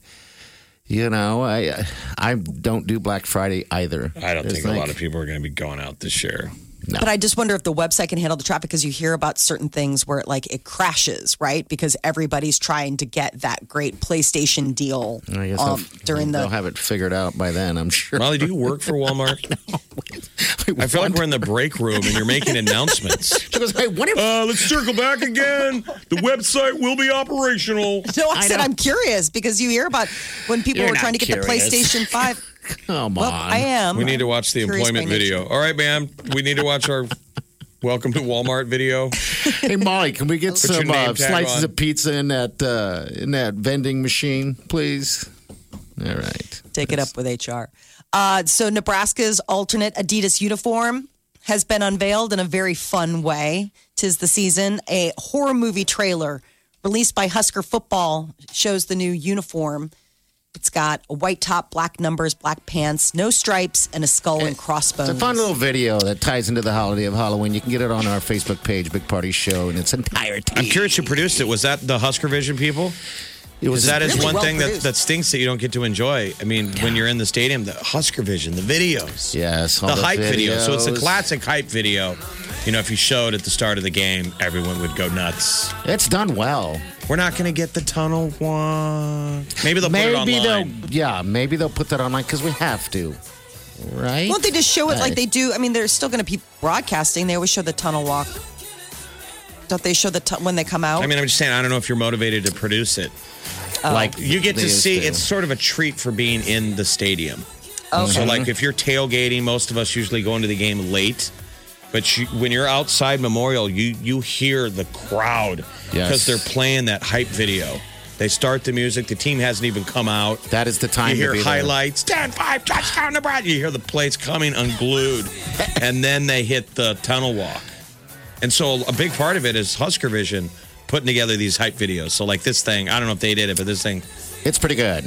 [SPEAKER 2] you know, I I don't do Black Friday either.
[SPEAKER 4] I don't
[SPEAKER 2] It's
[SPEAKER 4] think a
[SPEAKER 2] like-
[SPEAKER 4] lot of people are gonna be going out this year.
[SPEAKER 3] But I just wonder if the website can handle the traffic because you hear about certain things where it like it crashes, right? Because everybody's trying to get that great PlayStation deal
[SPEAKER 2] I guess
[SPEAKER 3] um,
[SPEAKER 2] they'll-
[SPEAKER 3] during
[SPEAKER 2] they'll
[SPEAKER 3] the.
[SPEAKER 2] have it figured out by then. I'm sure.
[SPEAKER 4] Molly, do you work for Walmart? I feel like we're in the break room and you're making announcements.
[SPEAKER 2] She goes, "Hey, what if
[SPEAKER 4] Uh, let's circle back again. The website will be operational.
[SPEAKER 3] no, I,
[SPEAKER 2] I
[SPEAKER 3] said
[SPEAKER 2] know.
[SPEAKER 3] I'm curious because you hear about when people
[SPEAKER 2] You're
[SPEAKER 3] were trying to
[SPEAKER 2] not
[SPEAKER 3] get the
[SPEAKER 2] curious.
[SPEAKER 3] PlayStation Five.
[SPEAKER 2] Come on.
[SPEAKER 3] well, I am.
[SPEAKER 4] We need to watch the
[SPEAKER 3] Curious
[SPEAKER 4] employment
[SPEAKER 3] by nature.
[SPEAKER 4] video. All right, ma'am. We need to watch our welcome to Walmart video.
[SPEAKER 2] Hey Molly, can we get
[SPEAKER 4] your
[SPEAKER 2] some
[SPEAKER 4] name
[SPEAKER 2] uh,
[SPEAKER 4] tag
[SPEAKER 2] slices
[SPEAKER 4] on.
[SPEAKER 2] of pizza in that uh, in that vending machine, please? All right.
[SPEAKER 3] Take it up with HR. Uh, so Nebraska's alternate Adidas uniform has been unveiled in a very fun way. Tis the season. A horror movie trailer released by Husker Football shows the new uniform. It's got a white top, black numbers, black pants, no stripes, and a skull and crossbones.
[SPEAKER 2] It's a fun little video that ties into the holiday of Halloween. You can get it on our Facebook page, Big Party Show, in its entirety.
[SPEAKER 4] I'm curious who produced it. Was that the Husker Vision people?
[SPEAKER 2] It was
[SPEAKER 4] Because that is
[SPEAKER 3] really
[SPEAKER 4] one
[SPEAKER 3] well
[SPEAKER 4] thing that,
[SPEAKER 3] produced.
[SPEAKER 4] that stinks that you don't get to enjoy. I mean, when you're in the stadium, the Husker Vision, the videos.
[SPEAKER 2] yes, all
[SPEAKER 4] The hype video. So it's a
[SPEAKER 2] videos.
[SPEAKER 4] classic hype video. You know, if you showed at the start of the game, everyone would go nuts.
[SPEAKER 2] It's done well.
[SPEAKER 4] We're not going to get the tunnel one. Maybe they'll put it
[SPEAKER 2] Maybe they'll,
[SPEAKER 4] online.
[SPEAKER 2] yeah, maybe they'll put that online because we have to, right?
[SPEAKER 3] Won't they just show it like
[SPEAKER 2] Right.
[SPEAKER 3] they do? I mean, they're still going to be broadcasting. They always show the tunnel walk. Don't they show the tu- when they come out?
[SPEAKER 4] I mean, I'm just saying, I don't know if you're motivated to produce it. Like you get
[SPEAKER 2] Oh, They
[SPEAKER 4] to
[SPEAKER 2] used
[SPEAKER 4] see,
[SPEAKER 2] to.
[SPEAKER 4] it's sort of a treat for being in the stadium.
[SPEAKER 3] Okay.
[SPEAKER 4] So,
[SPEAKER 2] Mm-hmm.
[SPEAKER 4] like if you're tailgating, most of us usually go into the game late. But you, when you're outside Memorial, you you hear the crowd
[SPEAKER 2] Yes.
[SPEAKER 4] because they're playing that hype video. They start the music. The team hasn't even come out.
[SPEAKER 2] That is the time
[SPEAKER 4] You
[SPEAKER 2] to
[SPEAKER 4] hear
[SPEAKER 2] be there.
[SPEAKER 4] highlights. 10 5 touchdown Nebraska. You hear the plates coming unglued. and then they hit the tunnel walk. And so a big part of it is Husker Vision putting together these hype videos. So like this thing, I don't know if they did it, but this thing,
[SPEAKER 2] It's pretty good.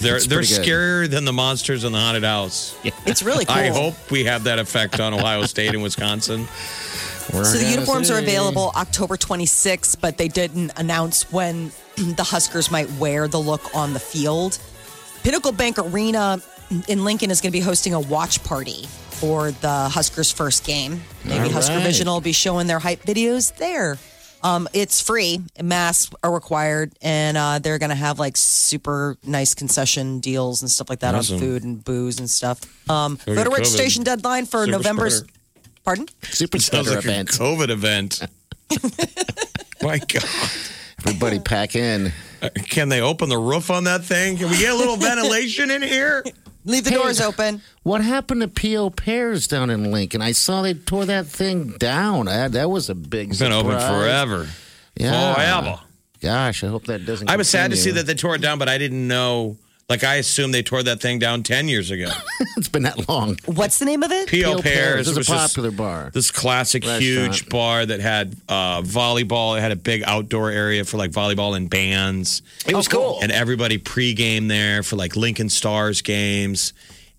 [SPEAKER 4] they're
[SPEAKER 2] It's
[SPEAKER 4] they're
[SPEAKER 2] pretty good.
[SPEAKER 4] scarier than the monsters in the haunted house.
[SPEAKER 3] It's really cool.
[SPEAKER 4] I
[SPEAKER 2] Oh.
[SPEAKER 4] hope we have that effect on Ohio State and Wisconsin.
[SPEAKER 3] So the uniforms are available October 26th, but they didn't announce when the Huskers might wear the look on the field. Pinnacle Bank Arena in Lincoln is going to be hosting a watch party for the Huskers' first game. Maybe
[SPEAKER 2] All
[SPEAKER 3] Husker
[SPEAKER 2] right.
[SPEAKER 3] Vision will be showing their hype videos there. Um, it's free. Masks are required, and uh, they're going to have like super nice concession deals and stuff like that
[SPEAKER 4] Awesome.
[SPEAKER 3] on food and booze and stuff. Um,
[SPEAKER 4] Go
[SPEAKER 3] voter
[SPEAKER 4] get COVID.
[SPEAKER 3] registration deadline for
[SPEAKER 4] Super
[SPEAKER 3] November's.
[SPEAKER 4] spreader.
[SPEAKER 3] Pardon?
[SPEAKER 2] Super
[SPEAKER 4] Sounds
[SPEAKER 2] spreader
[SPEAKER 4] like
[SPEAKER 2] event.
[SPEAKER 4] a COVID event. My God.
[SPEAKER 2] Everybody pack in.
[SPEAKER 4] Can they open the roof on that thing? Can we get a little ventilation in here?
[SPEAKER 3] Leave the
[SPEAKER 2] Hey.
[SPEAKER 3] doors open.
[SPEAKER 2] What happened to P.O. Pears down in Lincoln? I saw they tore that thing down. That, that was a big
[SPEAKER 4] It's been open
[SPEAKER 2] surprise.
[SPEAKER 4] forever.
[SPEAKER 2] Yeah.
[SPEAKER 4] Forever.
[SPEAKER 2] Gosh, I hope that doesn't
[SPEAKER 4] I was sad to see
[SPEAKER 2] continue.
[SPEAKER 4] that they tore it down, but I didn't know. Like I assumed they tore that thing down ten years ago.
[SPEAKER 2] it's been that long.
[SPEAKER 3] What's the name of it?
[SPEAKER 4] P.O. Pears
[SPEAKER 2] is a
[SPEAKER 4] was just
[SPEAKER 2] popular bar.
[SPEAKER 4] this classic
[SPEAKER 2] Restaurant.
[SPEAKER 4] huge bar that had uh, volleyball. It had a big outdoor area for like volleyball and bands.
[SPEAKER 2] It was Oh, cool.
[SPEAKER 4] and everybody pregame there for like Lincoln Stars games,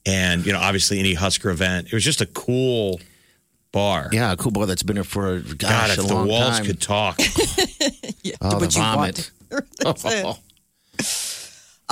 [SPEAKER 4] and you know obviously any Husker event. It was just a cool bar.
[SPEAKER 2] Yeah, a cool bar that's been here for gosh,
[SPEAKER 4] God,
[SPEAKER 2] a
[SPEAKER 4] if the
[SPEAKER 2] long
[SPEAKER 4] walls
[SPEAKER 2] time.
[SPEAKER 4] could talk,
[SPEAKER 2] oh, the
[SPEAKER 3] Would you want
[SPEAKER 2] vomit.
[SPEAKER 3] it.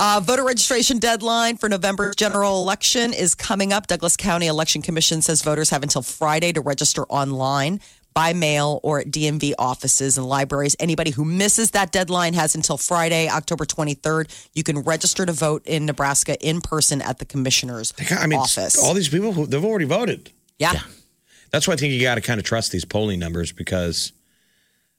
[SPEAKER 3] Uh, voter registration deadline for November general election is coming up. Douglas County Election Commission says voters have until Friday to register online, by mail, or at DMV offices and libraries. Anybody who misses that deadline has until Friday, October 23rd. You can register to vote in Nebraska in person at the commissioner's
[SPEAKER 4] I mean,
[SPEAKER 3] office.
[SPEAKER 4] all these people who they've already voted.
[SPEAKER 3] yeah.
[SPEAKER 4] That's why I think you got to kind of trust these polling numbers because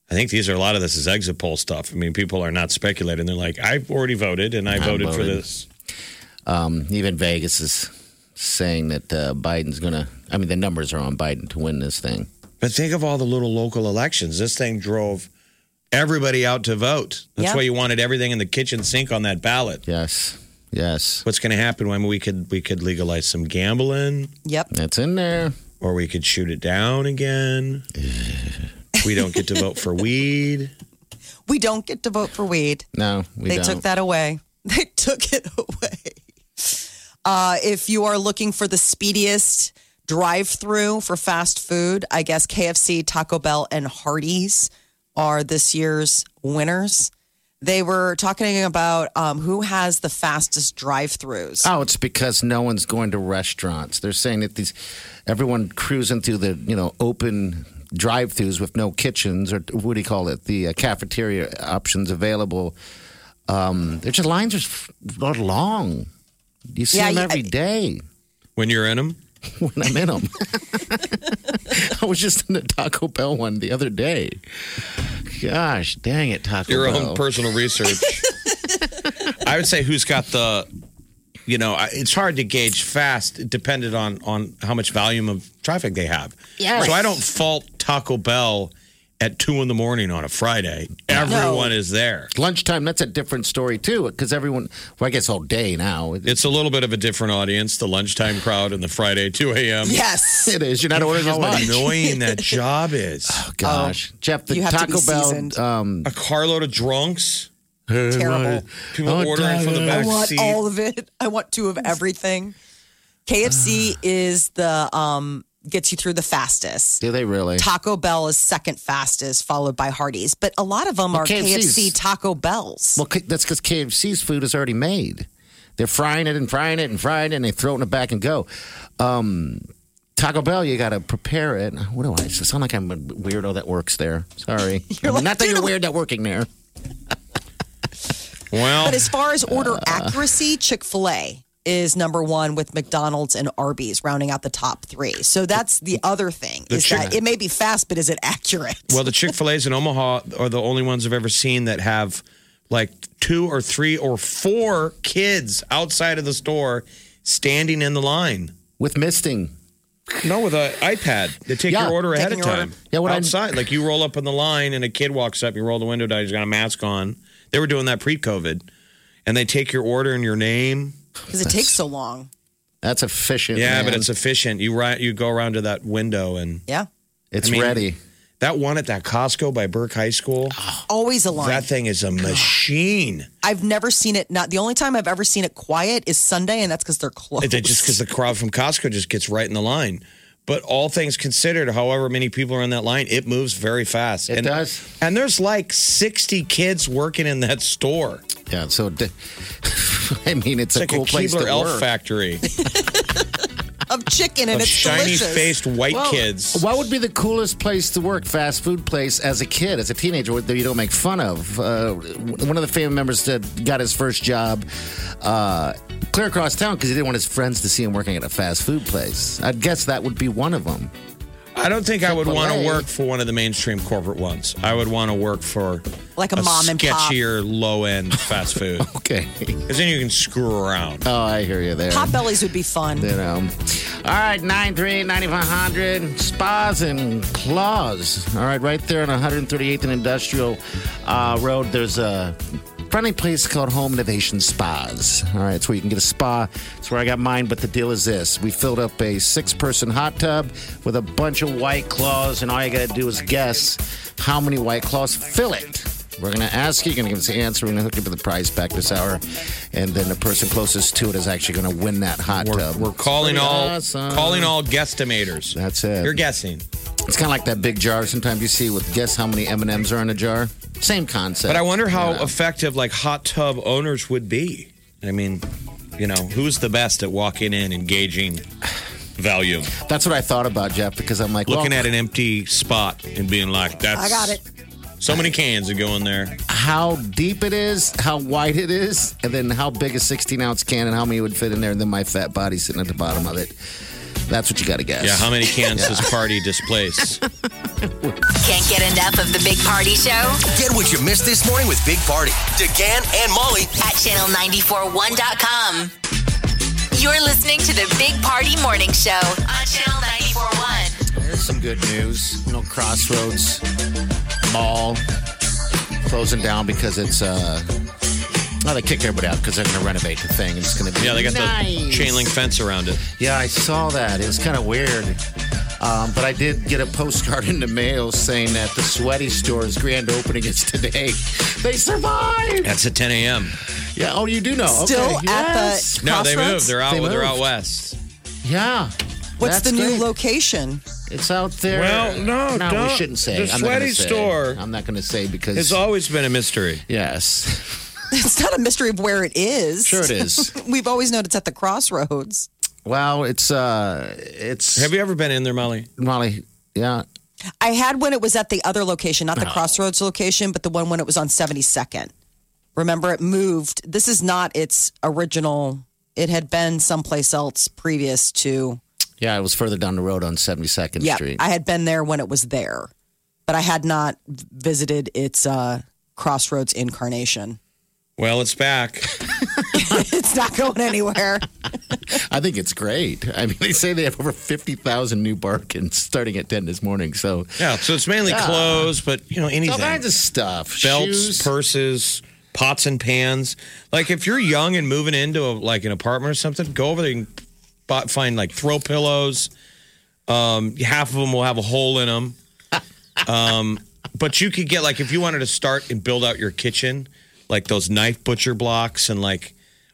[SPEAKER 4] I think these are a lot of this is exit poll stuff. I mean, people are not speculating. They're like, I've already voted and I voted, for
[SPEAKER 2] voted.
[SPEAKER 4] this.
[SPEAKER 2] Um, even Vegas is saying that uh, Biden's going to. I mean, the numbers are on Biden to win this thing.
[SPEAKER 4] But think of all the little local elections. This thing drove everybody out to vote. That's
[SPEAKER 3] Yeah.
[SPEAKER 4] why you wanted everything in the kitchen sink on that ballot.
[SPEAKER 2] Yes, yes,
[SPEAKER 4] What's going to happen when we could we could legalize some gambling
[SPEAKER 3] Yep.
[SPEAKER 2] that's in there.
[SPEAKER 4] or we could shoot it down again? we don't get to vote for weed.
[SPEAKER 3] We don't get to vote for weed.
[SPEAKER 2] No, we
[SPEAKER 3] they
[SPEAKER 2] don't.
[SPEAKER 3] took that away. They took it away. Uh, if you are looking for the speediest drive-through for fast food, I guess KFC, Taco Bell, and Hardee's are this year's winners. They were talking about um, who has the fastest drive-throughs.
[SPEAKER 4] Uh,
[SPEAKER 2] Oh, it's because no one's going to restaurants. They're saying that these everyone cruising through the you know open drive-throughs with no kitchens or what do you call it? The uh, cafeteria options available. Um, they're just lines are f- are long. You see
[SPEAKER 3] Yeah,
[SPEAKER 2] them
[SPEAKER 3] you-
[SPEAKER 2] every day
[SPEAKER 4] When you're in them,
[SPEAKER 2] when I'm in them. I was just in a Taco Bell one the other day. Gosh, dang it, Taco
[SPEAKER 4] your
[SPEAKER 2] Bell!
[SPEAKER 4] own personal research. I would say who's got the, you know, I- it's hard to gauge fast, dependent on on how much volume of traffic they have.
[SPEAKER 2] Yes.
[SPEAKER 4] So I don't fault Taco Bell at two in the morning on a Friday. Everyone is there.
[SPEAKER 2] Lunchtime, that's a different story too, because everyone, well, I guess all day now. It,
[SPEAKER 4] It's a little bit of a different audience, the lunchtime crowd and the Friday two a.m.
[SPEAKER 3] Yes.
[SPEAKER 2] it is. You're not ordering as
[SPEAKER 4] How
[SPEAKER 2] much. Oh,
[SPEAKER 4] annoying that job is.
[SPEAKER 2] Gosh, Jeff, the
[SPEAKER 3] Um, you have to
[SPEAKER 2] Taco
[SPEAKER 3] be seasoned.
[SPEAKER 2] Bell. Um,
[SPEAKER 4] A carload of drunks.
[SPEAKER 3] Terrible.
[SPEAKER 4] People
[SPEAKER 2] Oh,
[SPEAKER 4] ordering from the back
[SPEAKER 3] I want
[SPEAKER 4] seat.
[SPEAKER 3] all of it. I want two of everything. KFC
[SPEAKER 4] Ah.
[SPEAKER 3] is the um, gets you through the fastest.
[SPEAKER 2] do they really?
[SPEAKER 3] Taco Bell is second fastest, followed by Hardee's. But a lot of them are
[SPEAKER 2] KFC's.
[SPEAKER 3] KFC Taco Bells.
[SPEAKER 2] well, c- that's because KFC's food is already made. They're frying it and frying it and frying it, and they throw it in the back and go. Um, Taco Bell, you got to prepare it. What do I? I sound like I'm a weirdo that works there. Sorry, I mean, not that you're weird at working there.
[SPEAKER 4] well,
[SPEAKER 3] but as far as order
[SPEAKER 4] uh,
[SPEAKER 3] accuracy, Chick fil A is number one with McDonald's and Arby's rounding out the top three. So that's the other thing is
[SPEAKER 4] Chick-
[SPEAKER 3] that it may be fast, but is it accurate?
[SPEAKER 4] Well, the Chick fil A's in Omaha are the only ones I've ever seen that have like two or three or four kids outside of the store standing in the line.
[SPEAKER 2] with misting.
[SPEAKER 4] No, with an iPad. They take
[SPEAKER 2] Yeah,
[SPEAKER 4] your order ahead of
[SPEAKER 3] taking your
[SPEAKER 4] time.
[SPEAKER 2] Yeah, what I-
[SPEAKER 4] outside, like you roll up in the line, and a kid walks up. You roll the window down. He's got a mask on. They were doing that pre-COVID, and they take your order and your name.
[SPEAKER 3] because it takes so long.
[SPEAKER 2] That's efficient.
[SPEAKER 4] Yeah,
[SPEAKER 2] man.
[SPEAKER 4] but it's efficient. You ri You go around to that window, and
[SPEAKER 3] Yeah,
[SPEAKER 2] it's
[SPEAKER 4] I mean-
[SPEAKER 2] ready.
[SPEAKER 4] that one at that Costco by Burke High School.
[SPEAKER 2] Oh
[SPEAKER 3] always a line.
[SPEAKER 4] That thing is a machine.
[SPEAKER 3] I've never seen it. Not the only time I've ever seen it quiet is Sunday, and that's because they're closed.
[SPEAKER 4] It- it just because the crowd from Costco just gets right in the line. But all things considered, however many people are in that line, it moves very fast.
[SPEAKER 2] It
[SPEAKER 4] and,
[SPEAKER 2] does.
[SPEAKER 4] And there's like 60 kids working in that store. It's
[SPEAKER 2] Yeah, so d- I mean, it's, a
[SPEAKER 4] like
[SPEAKER 2] cool
[SPEAKER 4] a
[SPEAKER 2] place
[SPEAKER 4] Keebler
[SPEAKER 2] to
[SPEAKER 4] elf
[SPEAKER 2] work.
[SPEAKER 4] factory
[SPEAKER 3] of chicken, and
[SPEAKER 4] of
[SPEAKER 3] it's
[SPEAKER 4] shiny
[SPEAKER 3] delicious.
[SPEAKER 4] faced white kids.
[SPEAKER 2] What would be the coolest place to work? Fast food place as a kid, as a teenager, that you don't make fun of. Uh, one of the family members that got his first job uh, clear across town because he didn't want his friends to see him working at a fast food place. I guess that would be one of them.
[SPEAKER 4] I don't think I would want to
[SPEAKER 2] Chick-fil-A.
[SPEAKER 4] work for one of the mainstream corporate ones. I would want to work for
[SPEAKER 3] Like a mom and pop.
[SPEAKER 4] sketchier, low end fast food.
[SPEAKER 2] Okay.
[SPEAKER 4] Because then you can screw around.
[SPEAKER 2] Oh, I hear you there.
[SPEAKER 3] Pop bellies would be fun.
[SPEAKER 2] You know. All right, 93 9500 spas and claws. All right, right there on 138th and Industrial uh, Road, there's a friendly place called Home Innovation Spas. All right, it's where you can get a spa. It's where I got mine, but the deal is this we filled up a six person hot tub with a bunch of white claws, and all you got to do is guess how many white claws fill it. We're going to ask you, you're going to give us the answer. We're going to hook you up with the prize pack this hour. And then the person closest to it is actually going to win that hot
[SPEAKER 4] We're,
[SPEAKER 2] tub.
[SPEAKER 4] we're calling
[SPEAKER 2] Pretty
[SPEAKER 4] all
[SPEAKER 2] awesome.
[SPEAKER 4] calling all guestimators.
[SPEAKER 2] That's it.
[SPEAKER 4] You're guessing.
[SPEAKER 2] It's kind of like that big jar sometimes you see with guess how many M&Ms are in a jar. Same concept.
[SPEAKER 4] But I wonder how effective like hot tub owners would be. I mean, you know, who's the best at walking in, engaging value,
[SPEAKER 2] That's what I thought about, Jeff, because I'm like,
[SPEAKER 4] looking
[SPEAKER 2] well,
[SPEAKER 4] at an empty spot and being like, "That's
[SPEAKER 3] I got it.
[SPEAKER 4] So many cans that go in there.
[SPEAKER 2] how deep it is, how wide it is, and then how big a 16-ounce can and how many would fit in there, and then my fat body sitting at the bottom of it. That's what you got to guess.
[SPEAKER 4] Yeah, how many cans does party displace?
[SPEAKER 1] Can't get enough of the Big Party Show at
[SPEAKER 5] Get what you missed this morning with Big Party, DeGan and Molly
[SPEAKER 1] channel941.com. You're listening to the Big Party Morning Show on channel 941.
[SPEAKER 2] There's some good news. You know, Crossroads Mall closing down because it's uh. Well, they kicked everybody out because they're going to renovate the thing. It's going to be
[SPEAKER 4] Yeah, they got the
[SPEAKER 2] nice.
[SPEAKER 4] chain link fence around it.
[SPEAKER 2] Yeah, I saw that. It was kind of weird. Um, but I did get a postcard in the mail saying that the Sweaty Store's grand opening is today. They survived.
[SPEAKER 4] That's at 10 a.m.
[SPEAKER 2] Yeah. Oh, you do know.
[SPEAKER 3] Still
[SPEAKER 2] okay.
[SPEAKER 3] at the
[SPEAKER 2] yes.
[SPEAKER 4] No, they
[SPEAKER 3] Crossroads?
[SPEAKER 4] moved. They're out.
[SPEAKER 2] They
[SPEAKER 4] They're out
[SPEAKER 2] moved.
[SPEAKER 4] west.
[SPEAKER 2] Yeah.
[SPEAKER 3] What's
[SPEAKER 2] That's
[SPEAKER 3] the new
[SPEAKER 2] great.
[SPEAKER 3] location?
[SPEAKER 2] It's out there.
[SPEAKER 4] Well, no,
[SPEAKER 2] no, we
[SPEAKER 4] don't.
[SPEAKER 2] shouldn't say.
[SPEAKER 4] The
[SPEAKER 2] I'm not gonna
[SPEAKER 4] Sweaty
[SPEAKER 2] say.
[SPEAKER 4] Store
[SPEAKER 2] I'm not going to say because
[SPEAKER 4] It's always been a mystery.
[SPEAKER 2] Yes.
[SPEAKER 3] It's not a mystery of where it is.
[SPEAKER 2] Sure it is.
[SPEAKER 3] We've always known it's at the crossroads.
[SPEAKER 2] well, it's uh it's
[SPEAKER 4] Have you ever been in there, Molly?
[SPEAKER 2] Molly, yeah.
[SPEAKER 3] I had when it was at the other location, not the
[SPEAKER 2] Uh-huh.
[SPEAKER 3] crossroads location, but the one when it was on 72nd. Remember, it moved. This is not its original. It had been someplace else previous to.
[SPEAKER 2] Yeah, it was further down the road on 72nd
[SPEAKER 3] Yeah,
[SPEAKER 2] Street.
[SPEAKER 3] I had been there when it was there, but I had not visited its uh, crossroads incarnation.
[SPEAKER 4] Well, it's back.
[SPEAKER 3] It's not going anywhere.
[SPEAKER 2] I think it's great. I mean, they say they have over 50,000 new bargains starting at 10 this morning. So,
[SPEAKER 4] Yeah, so it's mainly
[SPEAKER 2] Yeah.
[SPEAKER 4] clothes, but you know anything.
[SPEAKER 2] all kinds of stuff.
[SPEAKER 4] belts,
[SPEAKER 2] Shoes.
[SPEAKER 4] purses, pots and pans. Like if you're young and moving into a, like an apartment or something, go over there and buy, find like throw pillows. Um, half of them will have a hole in them. Um, but you could get like if you wanted to start and build out your kitchen, like those knife butcher blocks and like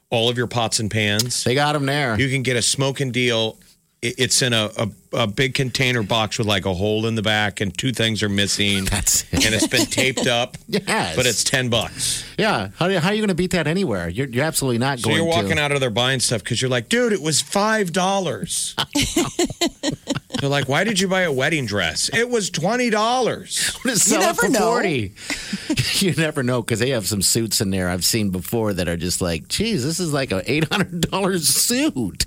[SPEAKER 4] all of your pots and pans.
[SPEAKER 2] they got them there.
[SPEAKER 4] You can get a smoking deal. I- It's in a, a, a big container box with like a hole in the back, and two things are missing.
[SPEAKER 2] That's it.
[SPEAKER 4] and it's been taped up.
[SPEAKER 2] Yes.
[SPEAKER 4] But it's 10 bucks.
[SPEAKER 2] yeah. How, how are you going to beat that anywhere? You're, you're absolutely not
[SPEAKER 4] So
[SPEAKER 2] going
[SPEAKER 4] you're walking
[SPEAKER 2] to.
[SPEAKER 4] out of there buying stuff because you're like, dude, it was $5. They're like, why did you buy a wedding dress? It was $20.
[SPEAKER 2] to sell it
[SPEAKER 3] never
[SPEAKER 2] for
[SPEAKER 3] know.
[SPEAKER 2] 40. you never know because they have some suits in there I've seen before that are just like, geez, this is like an $800 suit.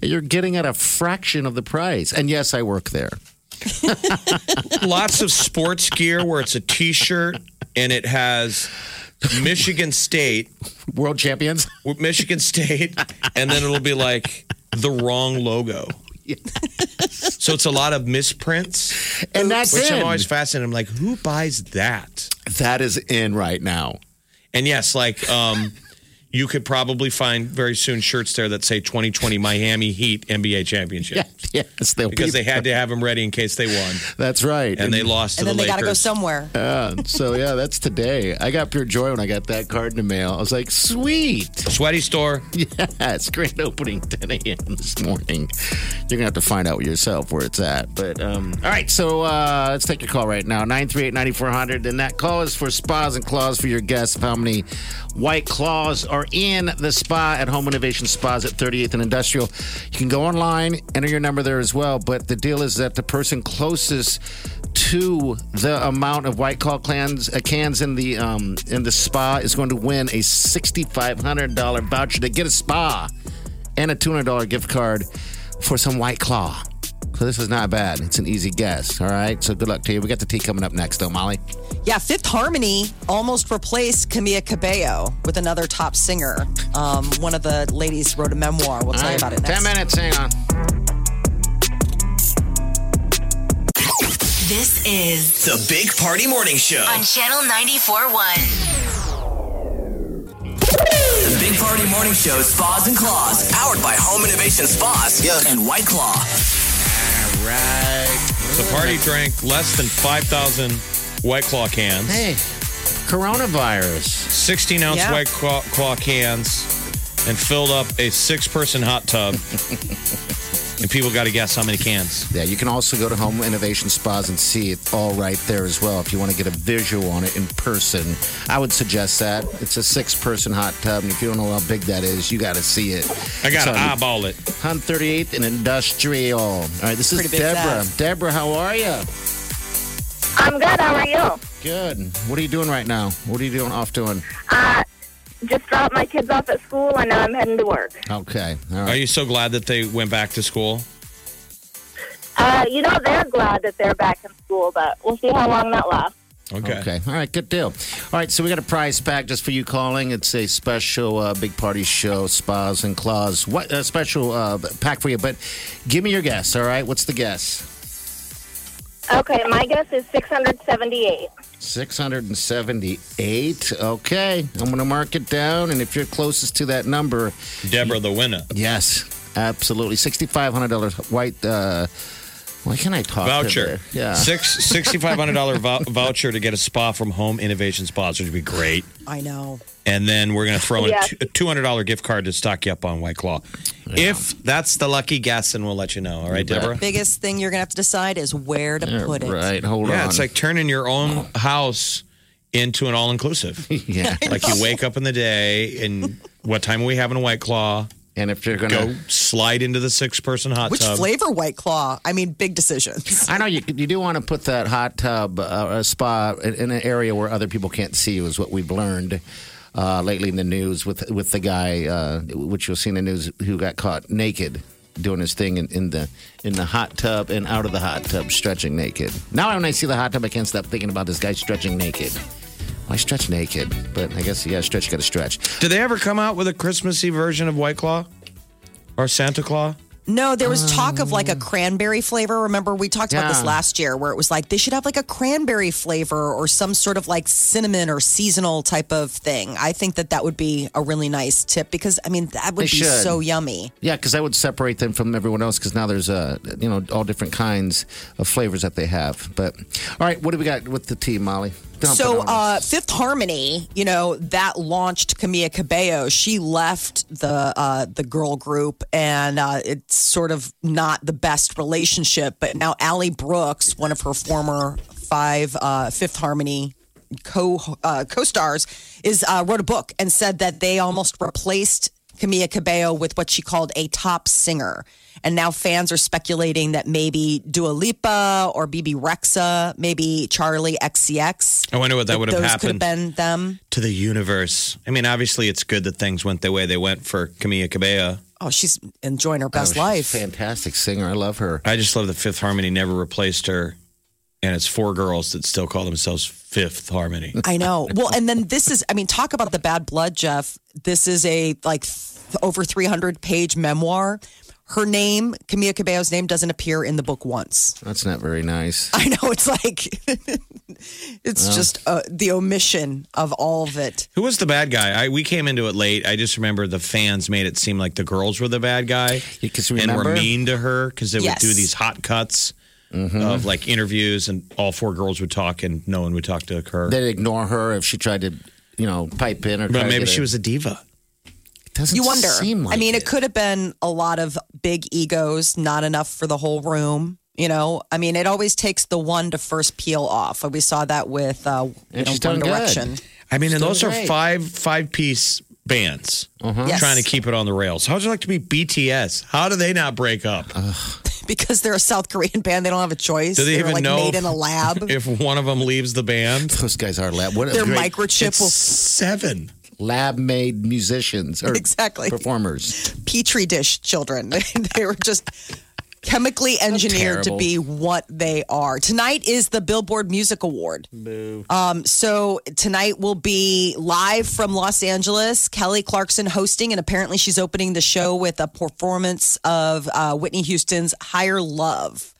[SPEAKER 2] You're getting at a fraction of the price. And yes, I work there.
[SPEAKER 4] Lots of sports gear where it's a t shirt and it has Michigan State,
[SPEAKER 2] World champions.
[SPEAKER 4] Michigan State, and then it'll be like the wrong logo. so it's a lot of misprints,
[SPEAKER 2] And that's
[SPEAKER 4] which
[SPEAKER 2] in.
[SPEAKER 4] I'm always fascinated. I'm like, who buys that?
[SPEAKER 2] that is in right now.
[SPEAKER 4] And yes, like um, you could probably find very soon shirts there that say 2020 Miami Heat NBA Championship
[SPEAKER 2] Yeah, yes, they'll
[SPEAKER 4] because
[SPEAKER 2] be
[SPEAKER 4] they had to have them ready in case they won
[SPEAKER 2] That's right.
[SPEAKER 4] and they lost to
[SPEAKER 3] and then
[SPEAKER 4] the
[SPEAKER 3] they got to go
[SPEAKER 4] Lakers.
[SPEAKER 3] somewhere.
[SPEAKER 2] so yeah, that's today. I got pure joy when I got that card in the mail. I was like, sweet.
[SPEAKER 4] Sweaty store.
[SPEAKER 2] Yes, grand opening 10 a.m. this morning. You're gonna have to find out yourself where it's at. But um, all right, so uh, let's take your call right now. 938-9400. And that call is for spas and claws for your guests of how many white claws are in the spa at Home Innovation Spas at 38th and Industrial. You can go online, enter your number there as well. But the deal is that the person closest to the amount of White Claw cans, uh, cans in the um, in the spa is going to win a sixty-five hundred dollar voucher to get a spa and a two hundred dollar gift card for some White Claw. So this is not bad. It's an easy guess. All right. So good luck to you. We got the tea coming up next, though, Molly.
[SPEAKER 3] Yeah, Fifth Harmony almost replaced Camila Cabello with another top singer. Um, one of the ladies wrote a memoir. We'll tell you about it next.
[SPEAKER 2] Ten minutes. Hang on.
[SPEAKER 1] This is
[SPEAKER 5] The Big Party Morning Show.
[SPEAKER 1] on Channel 94.1.
[SPEAKER 5] The Big Party Morning Show, Spas and Claws, powered by Home Innovation Spas and White Claw.
[SPEAKER 2] All right.
[SPEAKER 4] The party drank less than 5,000 White Claw cans.
[SPEAKER 2] Hey, coronavirus.
[SPEAKER 4] 16 ounce
[SPEAKER 3] Yeah.
[SPEAKER 4] white claw, claw cans and filled up a six person hot tub. and people got to guess how many cans.
[SPEAKER 2] Yeah, you can also go to Home Innovation Spas and see it all right there as well if you want to get a visual on it in person. I would suggest that. It's a six person hot tub, and if you don't know how big that is, you got to see it.
[SPEAKER 4] I got to
[SPEAKER 2] It's on
[SPEAKER 4] eyeball it.
[SPEAKER 2] 138th and Industrial. All right, this is
[SPEAKER 3] Pretty big
[SPEAKER 2] Deborah.
[SPEAKER 3] size.
[SPEAKER 2] Deborah, how are you?
[SPEAKER 6] I'm good. How are you?
[SPEAKER 2] Good. What are you doing right now? What are you doing off doing?
[SPEAKER 6] Just dropped my kids off at school, and now I'm heading to work.
[SPEAKER 2] Okay. All
[SPEAKER 4] Are
[SPEAKER 2] right.
[SPEAKER 4] you so glad that they went back to school?
[SPEAKER 6] Uh, you know, they're glad that they're back in school, but we'll see how long that lasts.
[SPEAKER 4] Okay.
[SPEAKER 2] Okay. All right. Good deal. All right. So we got a prize pack just for you calling. It's a special uh, big party show, spas and claws. What a special uh, pack for you? But give me your guess. All right. What's the guess?
[SPEAKER 6] Okay, my guess is 678.
[SPEAKER 2] Six hundred and seventy-eight. Okay. I'm going to mark it down, and if you're closest to that number,
[SPEAKER 4] Deborah, the winner.
[SPEAKER 2] yes, absolutely, sixty-five hundred dollars white. Uh, why can't I talk?
[SPEAKER 4] Voucher.
[SPEAKER 2] today? Yeah.
[SPEAKER 4] Six $6,500 vou- voucher to get a spa from Home Innovation Spas, which would be great.
[SPEAKER 3] I know.
[SPEAKER 4] And then we're going to throw in
[SPEAKER 6] Yeah.
[SPEAKER 4] a two- a $200 gift card to stock you up on White Claw. If that's the lucky guess, then we'll let you know. All right,
[SPEAKER 2] bet.
[SPEAKER 4] Deborah?
[SPEAKER 3] Biggest thing you're gonna have to decide is where to
[SPEAKER 2] All
[SPEAKER 3] put it.
[SPEAKER 2] right. Hold on.
[SPEAKER 4] Yeah, it's like turning your own house into an all inclusive.
[SPEAKER 2] yeah.
[SPEAKER 4] like you wake up in the day and what time are we having a white claw?
[SPEAKER 2] And if you're gonna.
[SPEAKER 4] Go slide into the six person hot
[SPEAKER 3] Which
[SPEAKER 2] Um,
[SPEAKER 4] tub.
[SPEAKER 3] flavor White Claw? I mean, big decisions.
[SPEAKER 2] I know you. You do want to put that hot tub, uh, uh, spa, in, in an area where other people can't see you. Is what we've learned uh, lately in the news with with the guy, uh, which you'll see in the news, who got caught naked doing his thing in, in the in the hot tub and out of the hot tub, stretching naked. Now when I see the hot tub, I can't stop thinking about this guy stretching naked. Why stretch naked? But I guess you gotta stretch. You gotta stretch.
[SPEAKER 4] Did they ever come out with a Christmassy version of White Claw or Santa Claw?
[SPEAKER 3] No, there was talk of like a cranberry flavor. Remember, we talked about this
[SPEAKER 2] Um, Yeah.
[SPEAKER 3] last year where it was like they should have like a cranberry flavor or some sort of like cinnamon or seasonal type of thing. I think that that would be a really nice tip because I mean, that would
[SPEAKER 2] They
[SPEAKER 3] be
[SPEAKER 2] should.
[SPEAKER 3] so yummy.
[SPEAKER 2] Yeah, because I would separate them from everyone else because now there's uh, you know all different kinds of flavors that they have. But all right, what do we got with the tea, Molly? Dump
[SPEAKER 3] so
[SPEAKER 2] it on us.
[SPEAKER 3] uh, fifth harmony you know that launched camilla cabello she left the uh, the girl group and uh, it's sort of not the best relationship but now ali brooks one of her former five uh, fifth harmony co uh, co-stars is uh, wrote a book and said that they almost replaced Camilla Cabello with what she called a top singer. And now fans are speculating that maybe Dua Lipa or BB Rexa, maybe Charlie XCX.
[SPEAKER 4] I wonder what that would have
[SPEAKER 3] those
[SPEAKER 4] happened
[SPEAKER 3] Could have been them.
[SPEAKER 4] to the universe. I mean, obviously, it's good that things went the way they went for Camilla Cabello.
[SPEAKER 3] Oh, she's enjoying her best
[SPEAKER 2] Oh, She's a
[SPEAKER 3] life.
[SPEAKER 2] fantastic singer. I love her.
[SPEAKER 4] I just love that Fifth Harmony never replaced her and it's four girls that still call themselves Fifth Harmony.
[SPEAKER 3] I know. Well, and then this is, I mean, talk about the bad blood, Jeff. This is a like th- over 300 page memoir. Her name, Camila Cabello's name, doesn't appear in the book once.
[SPEAKER 2] That's not very nice.
[SPEAKER 3] I know. It's like, it's just uh, the omission of all of it.
[SPEAKER 4] Who was the bad guy? I, we came into it late. I just remember the fans made it seem like the girls were the bad guy
[SPEAKER 2] Because
[SPEAKER 4] and
[SPEAKER 2] remember,
[SPEAKER 4] were mean to her because they would
[SPEAKER 3] Yes.
[SPEAKER 4] do these hot cuts of like interviews, and all four girls would talk, and no one would talk to her.
[SPEAKER 2] they'd ignore her if she tried to, you know, pipe in or. try
[SPEAKER 4] but
[SPEAKER 2] to
[SPEAKER 4] maybe
[SPEAKER 2] get
[SPEAKER 4] she
[SPEAKER 2] a-
[SPEAKER 4] was a diva.
[SPEAKER 2] It doesn't
[SPEAKER 3] You wonder.
[SPEAKER 2] Seem like
[SPEAKER 3] I mean, it could have been a lot of big egos, not enough for the whole room. You know, I mean, it always takes the one to first peel off. And we saw that with uh, you
[SPEAKER 2] And
[SPEAKER 3] know,
[SPEAKER 2] she's done
[SPEAKER 3] One
[SPEAKER 2] good.
[SPEAKER 3] Direction.
[SPEAKER 4] I mean, and
[SPEAKER 2] Still
[SPEAKER 4] those are
[SPEAKER 2] great.
[SPEAKER 4] five five piece bands
[SPEAKER 3] Yes.
[SPEAKER 4] trying to keep it on the rails. How'd you like to be BTS? How do they not break up?
[SPEAKER 3] Uh, because they're a South Korean band. They don't have a choice.
[SPEAKER 4] Do they
[SPEAKER 3] are
[SPEAKER 4] even
[SPEAKER 3] like
[SPEAKER 4] know
[SPEAKER 3] made in a lab.
[SPEAKER 4] if one of them leaves the band,
[SPEAKER 2] Those guys are lab. What a
[SPEAKER 3] Their
[SPEAKER 2] great
[SPEAKER 3] microchip will
[SPEAKER 4] seven.
[SPEAKER 2] lab-made musicians or
[SPEAKER 3] Exactly.
[SPEAKER 2] performers.
[SPEAKER 3] petri dish children. they were just chemically engineered to
[SPEAKER 2] terrible.
[SPEAKER 3] be what they are. Tonight is the Billboard Music Award. Um, so tonight will be live from Los Angeles. Kelly Clarkson hosting, and apparently she's opening the show with a performance of uh, Whitney Houston's "Higher Love"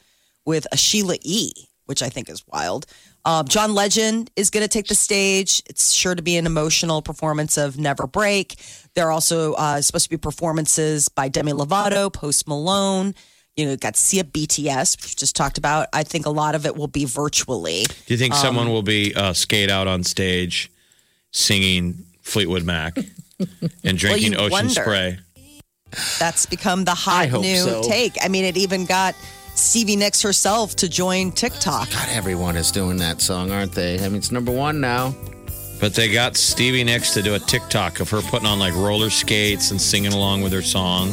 [SPEAKER 3] with a Sheila E., which I think is wild. Um, John Legend is going to take the stage. It's sure to be an emotional performance of "Never Break." There are also uh, supposed to be performances by Demi Lovato, Post Malone. You know, you've got Sia BTS, which we just talked about. I think a lot of it will be virtually.
[SPEAKER 4] Do you think
[SPEAKER 3] Um,
[SPEAKER 4] someone will be uh, skate out on stage singing Fleetwood Mac and drinking
[SPEAKER 3] you
[SPEAKER 4] Ocean
[SPEAKER 3] wonder.
[SPEAKER 4] Spray?
[SPEAKER 3] That's become the hot
[SPEAKER 2] I hope
[SPEAKER 3] new
[SPEAKER 2] so.
[SPEAKER 3] take. I mean, it even got Stevie Nicks herself to join TikTok.
[SPEAKER 2] God, everyone is doing that song, aren't they? I mean, it's number one now.
[SPEAKER 4] But they got Stevie Nicks to do a TikTok of her putting on like roller skates and singing along with her song.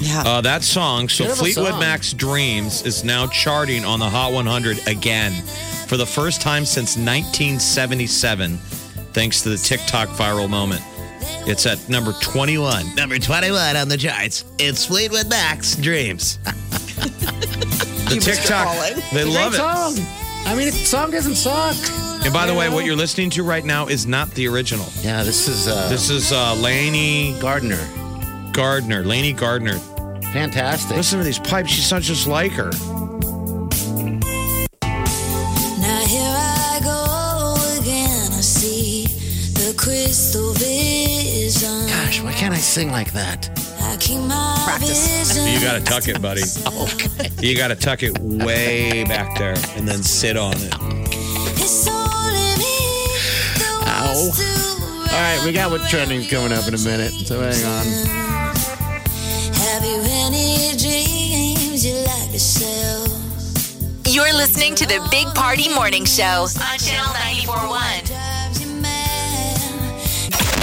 [SPEAKER 3] Yeah.
[SPEAKER 4] Uh, that song, so
[SPEAKER 2] Bit of a
[SPEAKER 4] Fleetwood
[SPEAKER 2] song.
[SPEAKER 4] Mac's Dreams, is now charting on the Hot 100 again for the first time since 1977, thanks to the TikTok viral moment. It's at number 21. Number 21 on the charts. It's Fleetwood Mac's Dreams. the
[SPEAKER 3] Holland.
[SPEAKER 4] TikTok, they love
[SPEAKER 2] Great
[SPEAKER 4] it.
[SPEAKER 2] song. I mean, the song doesn't suck.
[SPEAKER 4] And by the way, what you're listening to right now is not the original.
[SPEAKER 2] Yeah, this is uh,
[SPEAKER 4] This is uh, Laney
[SPEAKER 2] Gardner.
[SPEAKER 4] Gardner. Laney Gardner.
[SPEAKER 2] Fantastic.
[SPEAKER 4] Listen to these pipes. She sounds just like her.
[SPEAKER 7] Now here I go again. I see the crystal vision.
[SPEAKER 2] Gosh, why can't I sing like that?
[SPEAKER 7] I keep my
[SPEAKER 3] Practice.
[SPEAKER 7] vision.
[SPEAKER 4] You gotta tuck it, buddy. You gotta tuck it way back there and then sit on it.
[SPEAKER 7] It's only me. The
[SPEAKER 2] Ow.
[SPEAKER 7] ones to
[SPEAKER 2] All right, we got what trending's coming up in a minute, so hang on.
[SPEAKER 7] Have you any dreams you like to sell?
[SPEAKER 1] You're listening to the Big Party Morning Show on Channel 941.
[SPEAKER 7] Drives you mad.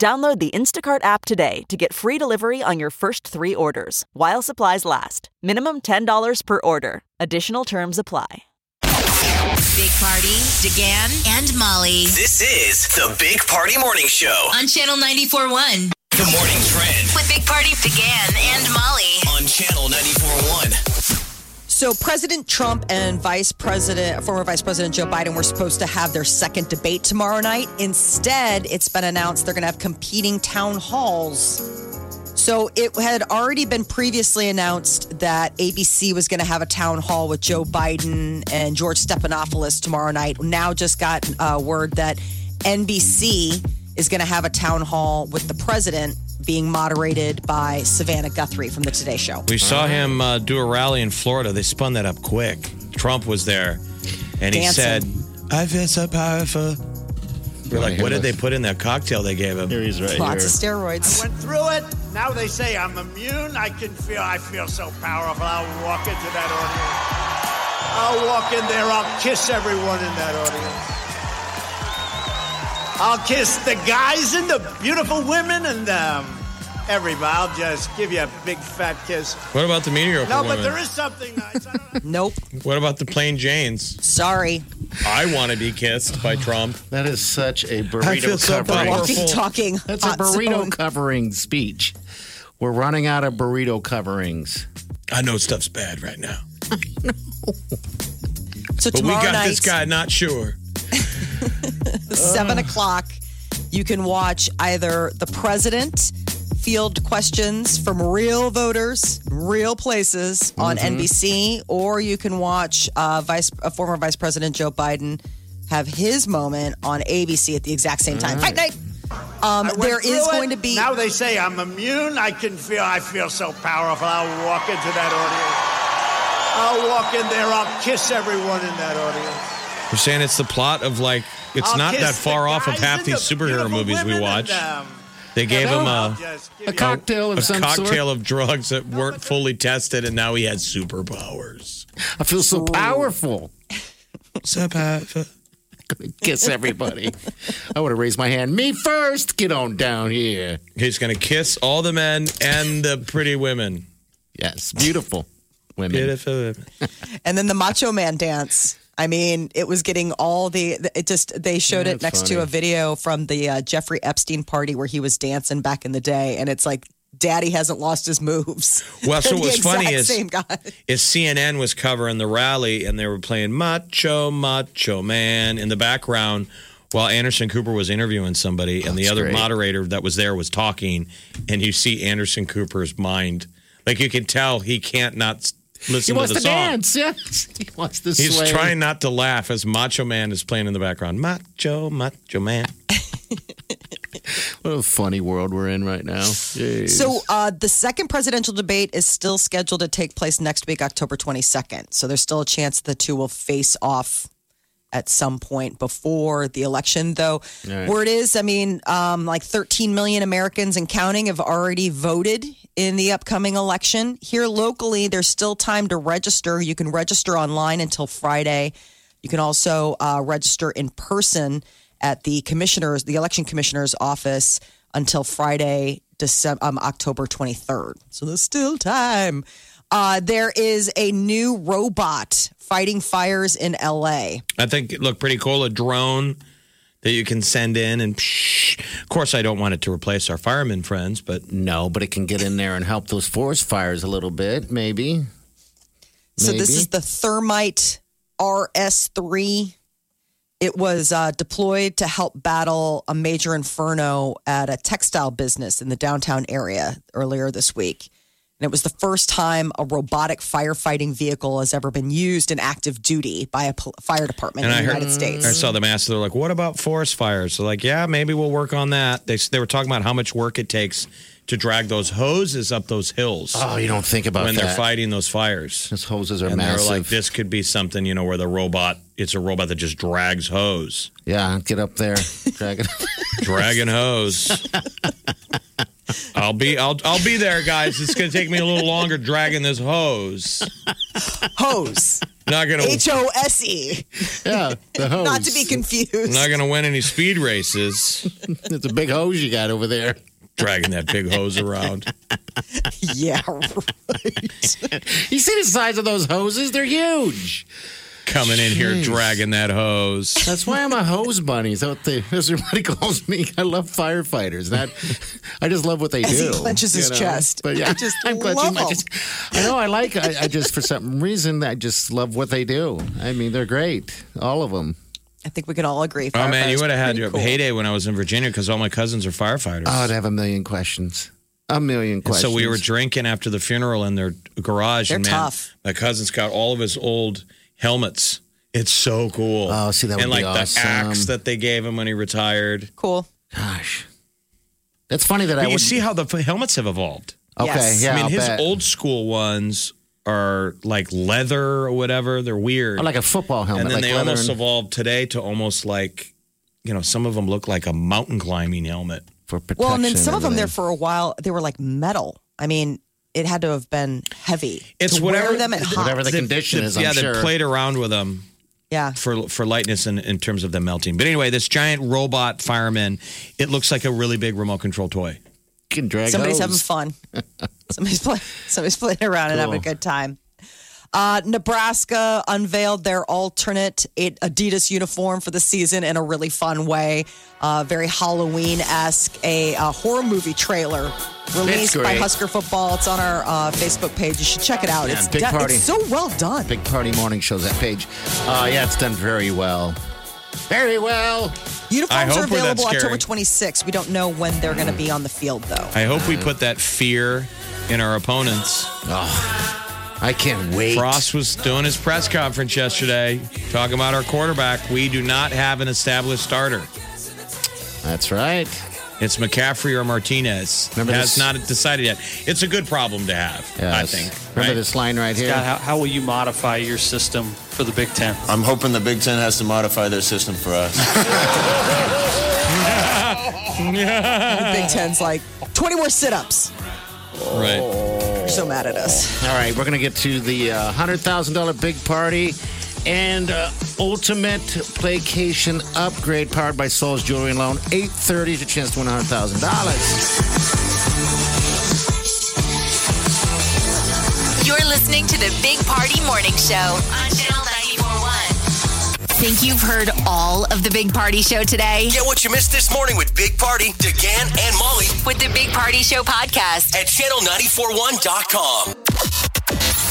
[SPEAKER 8] Download the Instacart app today to get free delivery on your first three orders while supplies last. Minimum $10 per order. Additional terms apply.
[SPEAKER 1] Big Party, DeGan, and Molly
[SPEAKER 5] This is the Big Party Morning Show.
[SPEAKER 1] on Channel 941
[SPEAKER 5] The morning trend
[SPEAKER 1] with Big Party, DeGan, and Molly.
[SPEAKER 5] on channel 94.1.
[SPEAKER 3] So President Trump and Vice President, former Vice President Joe Biden were supposed to have their second debate tomorrow night. Instead, it's been announced they're going to have competing town halls. So it had already been previously announced that ABC was going to have a town hall with Joe Biden and George Stephanopoulos tomorrow night. Now just got uh, word that NBC is going to have a town hall with the president being moderated by Savannah Guthrie from the Today Show.
[SPEAKER 4] We saw him uh, do a rally in Florida. They spun that up quick. Trump was there and he said,
[SPEAKER 3] Dancing.
[SPEAKER 4] I feel so powerful. We're like, what did they put in that cocktail they gave him?
[SPEAKER 2] He's right
[SPEAKER 3] Lots of steroids.
[SPEAKER 9] went through it. Now they say I'm immune. I can feel. I feel so powerful. I'll walk into that audience. I'll walk in there. I'll kiss everyone in that audience. I'll kiss the guys and the beautiful women and um, everybody. I'll just give you a big fat kiss.
[SPEAKER 4] What about the meteor?
[SPEAKER 9] No, Oh, but there is something nice. I don't know.
[SPEAKER 3] Nope.
[SPEAKER 4] What about the plain Janes?
[SPEAKER 3] Sorry.
[SPEAKER 4] I want to be kissed by Trump.
[SPEAKER 2] That is such a burrito
[SPEAKER 4] I feel so
[SPEAKER 2] covering.
[SPEAKER 3] Keep talking.
[SPEAKER 2] That's a
[SPEAKER 3] hot
[SPEAKER 2] burrito
[SPEAKER 3] zone.
[SPEAKER 2] covering speech. We're running out of burrito coverings.
[SPEAKER 4] I know stuff's bad right now,
[SPEAKER 3] So
[SPEAKER 4] but we
[SPEAKER 3] tomorrow
[SPEAKER 4] got
[SPEAKER 3] night,
[SPEAKER 4] this guy not sure.
[SPEAKER 3] seven o'clock, you can watch either the president field questions from real voters, real places on
[SPEAKER 4] Mm-hmm.
[SPEAKER 3] NBC, or you can watch uh, Vice uh, former Vice President Joe Biden have his moment on ABC at the exact same time. Fight night. Um,
[SPEAKER 9] I went
[SPEAKER 3] there is
[SPEAKER 9] through it.
[SPEAKER 3] going to be
[SPEAKER 9] Now they say I'm immune. I can feel. I feel so powerful. I'll walk into that audience. I'll walk in there. I'll kiss everyone in that audience.
[SPEAKER 4] You're saying it's the plot of like it's
[SPEAKER 9] I'll
[SPEAKER 4] not
[SPEAKER 9] kiss
[SPEAKER 4] that far
[SPEAKER 9] the
[SPEAKER 4] off of
[SPEAKER 9] guys
[SPEAKER 4] half
[SPEAKER 9] and
[SPEAKER 4] these
[SPEAKER 9] the
[SPEAKER 4] superhero
[SPEAKER 9] beautiful
[SPEAKER 4] movies we
[SPEAKER 9] women
[SPEAKER 4] watch.
[SPEAKER 9] and, um,
[SPEAKER 4] They gave him
[SPEAKER 9] I'll
[SPEAKER 4] a,
[SPEAKER 9] just give
[SPEAKER 2] A
[SPEAKER 9] you-
[SPEAKER 2] cocktail of
[SPEAKER 4] a
[SPEAKER 2] some
[SPEAKER 4] cocktail
[SPEAKER 2] sort.
[SPEAKER 4] of drugs that weren't fully tested, and now he has superpowers.
[SPEAKER 2] I feel so powerful.
[SPEAKER 4] Superpower.
[SPEAKER 2] Kiss everybody. I would have raised my hand. Me first. Get on down here.
[SPEAKER 4] He's going to kiss all the men and the pretty women.
[SPEAKER 2] Yes, beautiful women.
[SPEAKER 4] Beautiful women.
[SPEAKER 3] and then the Macho Man dance. I mean, it was getting all the. It just they showed it
[SPEAKER 2] That's
[SPEAKER 3] next to
[SPEAKER 2] funny.
[SPEAKER 3] a video from the uh, Jeffrey Epstein party where he was dancing back in the day, and it's like Daddy hasn't lost his moves.
[SPEAKER 4] Well, so
[SPEAKER 3] They're the
[SPEAKER 4] what's funny
[SPEAKER 3] exact
[SPEAKER 4] is-
[SPEAKER 3] same guy.
[SPEAKER 4] is CNN was covering the rally and they were playing Macho Macho Man in the background while Anderson Cooper was interviewing somebody and the
[SPEAKER 2] That's
[SPEAKER 4] other
[SPEAKER 2] great.
[SPEAKER 4] moderator that was there was talking and you see Anderson Cooper's mind like you can tell he can't not s-
[SPEAKER 2] He
[SPEAKER 4] listen to
[SPEAKER 2] wants
[SPEAKER 4] the
[SPEAKER 2] to
[SPEAKER 4] song.
[SPEAKER 2] dance. Yes, he wants to.
[SPEAKER 4] He's
[SPEAKER 2] sway.
[SPEAKER 4] trying not to laugh as Macho Man is playing in the background. Macho Macho Man.
[SPEAKER 2] What a funny world we're in right now. Jeez.
[SPEAKER 3] So uh, the second presidential debate is still scheduled to take place next week, October 22nd. So there's still a chance the two will face off at some point before the election, though.
[SPEAKER 2] All right.
[SPEAKER 3] Where it is, I mean, um, like 13 million Americans and counting have already voted in the upcoming election. Here locally, there's still time to register. You can register online until Friday. You can also uh, register in person at the commissioner's, the election commissioner's office until Friday, December, um, October 23rd. So there's still time. Uh, there is a new robot fighting fires in LA.
[SPEAKER 4] I think it looked pretty cool. A drone that you can send in and psh, of course I don't want it to replace our firemen friends, but
[SPEAKER 2] no, but it can get in there and help those forest fires a little bit, maybe.
[SPEAKER 3] So this
[SPEAKER 2] Maybe.
[SPEAKER 3] is the Thermite RS3. It was uh, deployed to help battle a major inferno at a textile business in the downtown area earlier this week. And it was the first time a robotic firefighting vehicle has ever been used in active duty by a pol- fire department
[SPEAKER 4] And
[SPEAKER 3] in
[SPEAKER 4] I
[SPEAKER 3] the
[SPEAKER 4] heard- Mm.
[SPEAKER 3] United
[SPEAKER 4] I
[SPEAKER 3] States.
[SPEAKER 4] saw the mass. They're like, "What about forest fires?" They're like, "Yeah, maybe we'll work on that." They they were talking about how much work it takes to drag those hoses up those hills
[SPEAKER 2] Oh, you don't think about
[SPEAKER 4] when
[SPEAKER 2] that.
[SPEAKER 4] they're fighting those fires.
[SPEAKER 2] Those hoses are
[SPEAKER 4] And they're
[SPEAKER 2] massive.
[SPEAKER 4] like, "This could be something, you know, where the robot it's a robot that just drags hose,
[SPEAKER 2] yeah, get up there, drag it.
[SPEAKER 4] dragging hose." I'll be I'll I'll be there, guys. It's gonna take me a little longer dragging this hose.
[SPEAKER 3] Hose.
[SPEAKER 4] Not gonna
[SPEAKER 3] H O S E.
[SPEAKER 2] yeah, the hose.
[SPEAKER 3] Not to be confused.
[SPEAKER 4] not gonna win any speed races
[SPEAKER 2] It's a big hose you got over there.
[SPEAKER 4] dragging that big hose around.
[SPEAKER 3] yeah. right.
[SPEAKER 2] You see the size of those hoses? They're huge.
[SPEAKER 4] Coming in here
[SPEAKER 2] Jeez.
[SPEAKER 4] dragging that hose.
[SPEAKER 2] That's why I'm a hose bunny. So what they, that's what everybody calls me. I love firefighters. That I just love what they
[SPEAKER 3] As
[SPEAKER 2] do.
[SPEAKER 3] he clenches his chest.
[SPEAKER 2] But yeah,
[SPEAKER 3] I just
[SPEAKER 2] I'm
[SPEAKER 3] love
[SPEAKER 2] clenching my
[SPEAKER 3] him.
[SPEAKER 2] chest. I know. I like. I, I just for some reason I just love what they do. I mean, they're great. All of them.
[SPEAKER 3] I think we can all agree.
[SPEAKER 4] Oh man, you
[SPEAKER 3] firefighters
[SPEAKER 4] would have
[SPEAKER 3] are
[SPEAKER 4] had
[SPEAKER 3] pretty
[SPEAKER 4] your
[SPEAKER 3] cool.
[SPEAKER 4] heyday when I was in Virginia because all my cousins are firefighters.
[SPEAKER 2] Oh, I'd have a million questions. A million
[SPEAKER 4] And
[SPEAKER 2] questions.
[SPEAKER 4] so we were drinking after the funeral in their garage. and
[SPEAKER 3] They're
[SPEAKER 4] man,
[SPEAKER 3] tough.
[SPEAKER 4] My cousin's got all of his old helmets. It's so cool.
[SPEAKER 2] Oh, see, that
[SPEAKER 4] and
[SPEAKER 2] would
[SPEAKER 4] like
[SPEAKER 2] be
[SPEAKER 4] the axe
[SPEAKER 2] awesome.
[SPEAKER 4] that they gave him when he retired.
[SPEAKER 3] Cool.
[SPEAKER 2] Gosh, that's funny that I
[SPEAKER 4] But you
[SPEAKER 2] would
[SPEAKER 4] see how the f- helmets have evolved.
[SPEAKER 2] Okay,
[SPEAKER 3] Yes.
[SPEAKER 2] yeah.
[SPEAKER 4] I mean,
[SPEAKER 2] I'll
[SPEAKER 4] his
[SPEAKER 2] bet.
[SPEAKER 4] old school ones are like leather or whatever. They're weird.
[SPEAKER 2] Oh, like a football helmet.
[SPEAKER 4] and then
[SPEAKER 2] like
[SPEAKER 4] they
[SPEAKER 2] leather
[SPEAKER 4] almost
[SPEAKER 2] and-
[SPEAKER 4] evolved today to almost like, you know, some of them look like a mountain climbing helmet.
[SPEAKER 2] for protection.
[SPEAKER 3] Well, and then some of them there
[SPEAKER 2] everything.
[SPEAKER 3] for a while, they were like metal. I mean, it had to have been heavy.
[SPEAKER 4] It's
[SPEAKER 3] to
[SPEAKER 4] whatever-
[SPEAKER 3] wear them at hot.
[SPEAKER 2] whatever the
[SPEAKER 4] They-
[SPEAKER 2] condition
[SPEAKER 4] they-
[SPEAKER 2] is. I'm
[SPEAKER 4] yeah,
[SPEAKER 2] sure.
[SPEAKER 4] they played around with them.
[SPEAKER 3] Yeah.
[SPEAKER 4] for for lightness in, in terms of them melting. But anyway, this giant robot fireman, it looks like a really big remote control toy.
[SPEAKER 2] Can drag
[SPEAKER 3] Somebody's having fun. somebody's play, somebody's playing around and having a
[SPEAKER 4] Cool.
[SPEAKER 3] good time. Uh, Nebraska unveiled their alternate it- Adidas uniform for the season in a really fun way. Uh, very Halloween esque, a, uh horror movie trailer released by
[SPEAKER 2] great.
[SPEAKER 3] Husker Football. It's on our uh, Facebook page. You should check it out.
[SPEAKER 2] Yeah,
[SPEAKER 3] it's,
[SPEAKER 2] big
[SPEAKER 3] de-
[SPEAKER 2] party.
[SPEAKER 3] it's so well done.
[SPEAKER 2] Big Party Morning Shows, that page. Uh, yeah, it's done very well. Very well.
[SPEAKER 4] I
[SPEAKER 3] Uniforms
[SPEAKER 4] hope we're
[SPEAKER 3] are
[SPEAKER 4] that
[SPEAKER 3] available October
[SPEAKER 4] scary.
[SPEAKER 3] 26th. We don't know when they're going to be on the field, though.
[SPEAKER 4] I hope we put that fear in our opponents.
[SPEAKER 2] I can't wait.
[SPEAKER 4] Frost was doing his press conference yesterday, talking about our quarterback. We do not have an established starter.
[SPEAKER 2] That's right.
[SPEAKER 4] It's McCaffrey or Martinez.
[SPEAKER 2] Remember
[SPEAKER 4] Has
[SPEAKER 2] this-
[SPEAKER 4] not decided yet. It's a good problem to have, I
[SPEAKER 2] Yes.
[SPEAKER 4] think.
[SPEAKER 2] Remember
[SPEAKER 4] right?
[SPEAKER 2] this line right here?
[SPEAKER 10] Scott, how, how will you modify your system for the Big Ten?
[SPEAKER 11] I'm hoping the Big Ten has to modify their system for us.
[SPEAKER 3] The
[SPEAKER 4] Ah.
[SPEAKER 3] Big Ten's like 20 more sit ups.
[SPEAKER 4] Right.
[SPEAKER 3] You're so mad at us.
[SPEAKER 2] All right, we're going to get to the uh, $100,000 big party and uh, ultimate playcation upgrade powered by Souls Jewelry and Loan. 830 is your chance to win $100,000.
[SPEAKER 1] You're listening to the Big Party Morning Show on Channel 941. Think you've heard all of the Big Party Show today?
[SPEAKER 5] Get what you missed this morning with Big Party, DeGan, and Molly
[SPEAKER 1] With the Big Party Show podcast.
[SPEAKER 5] at channel941.com.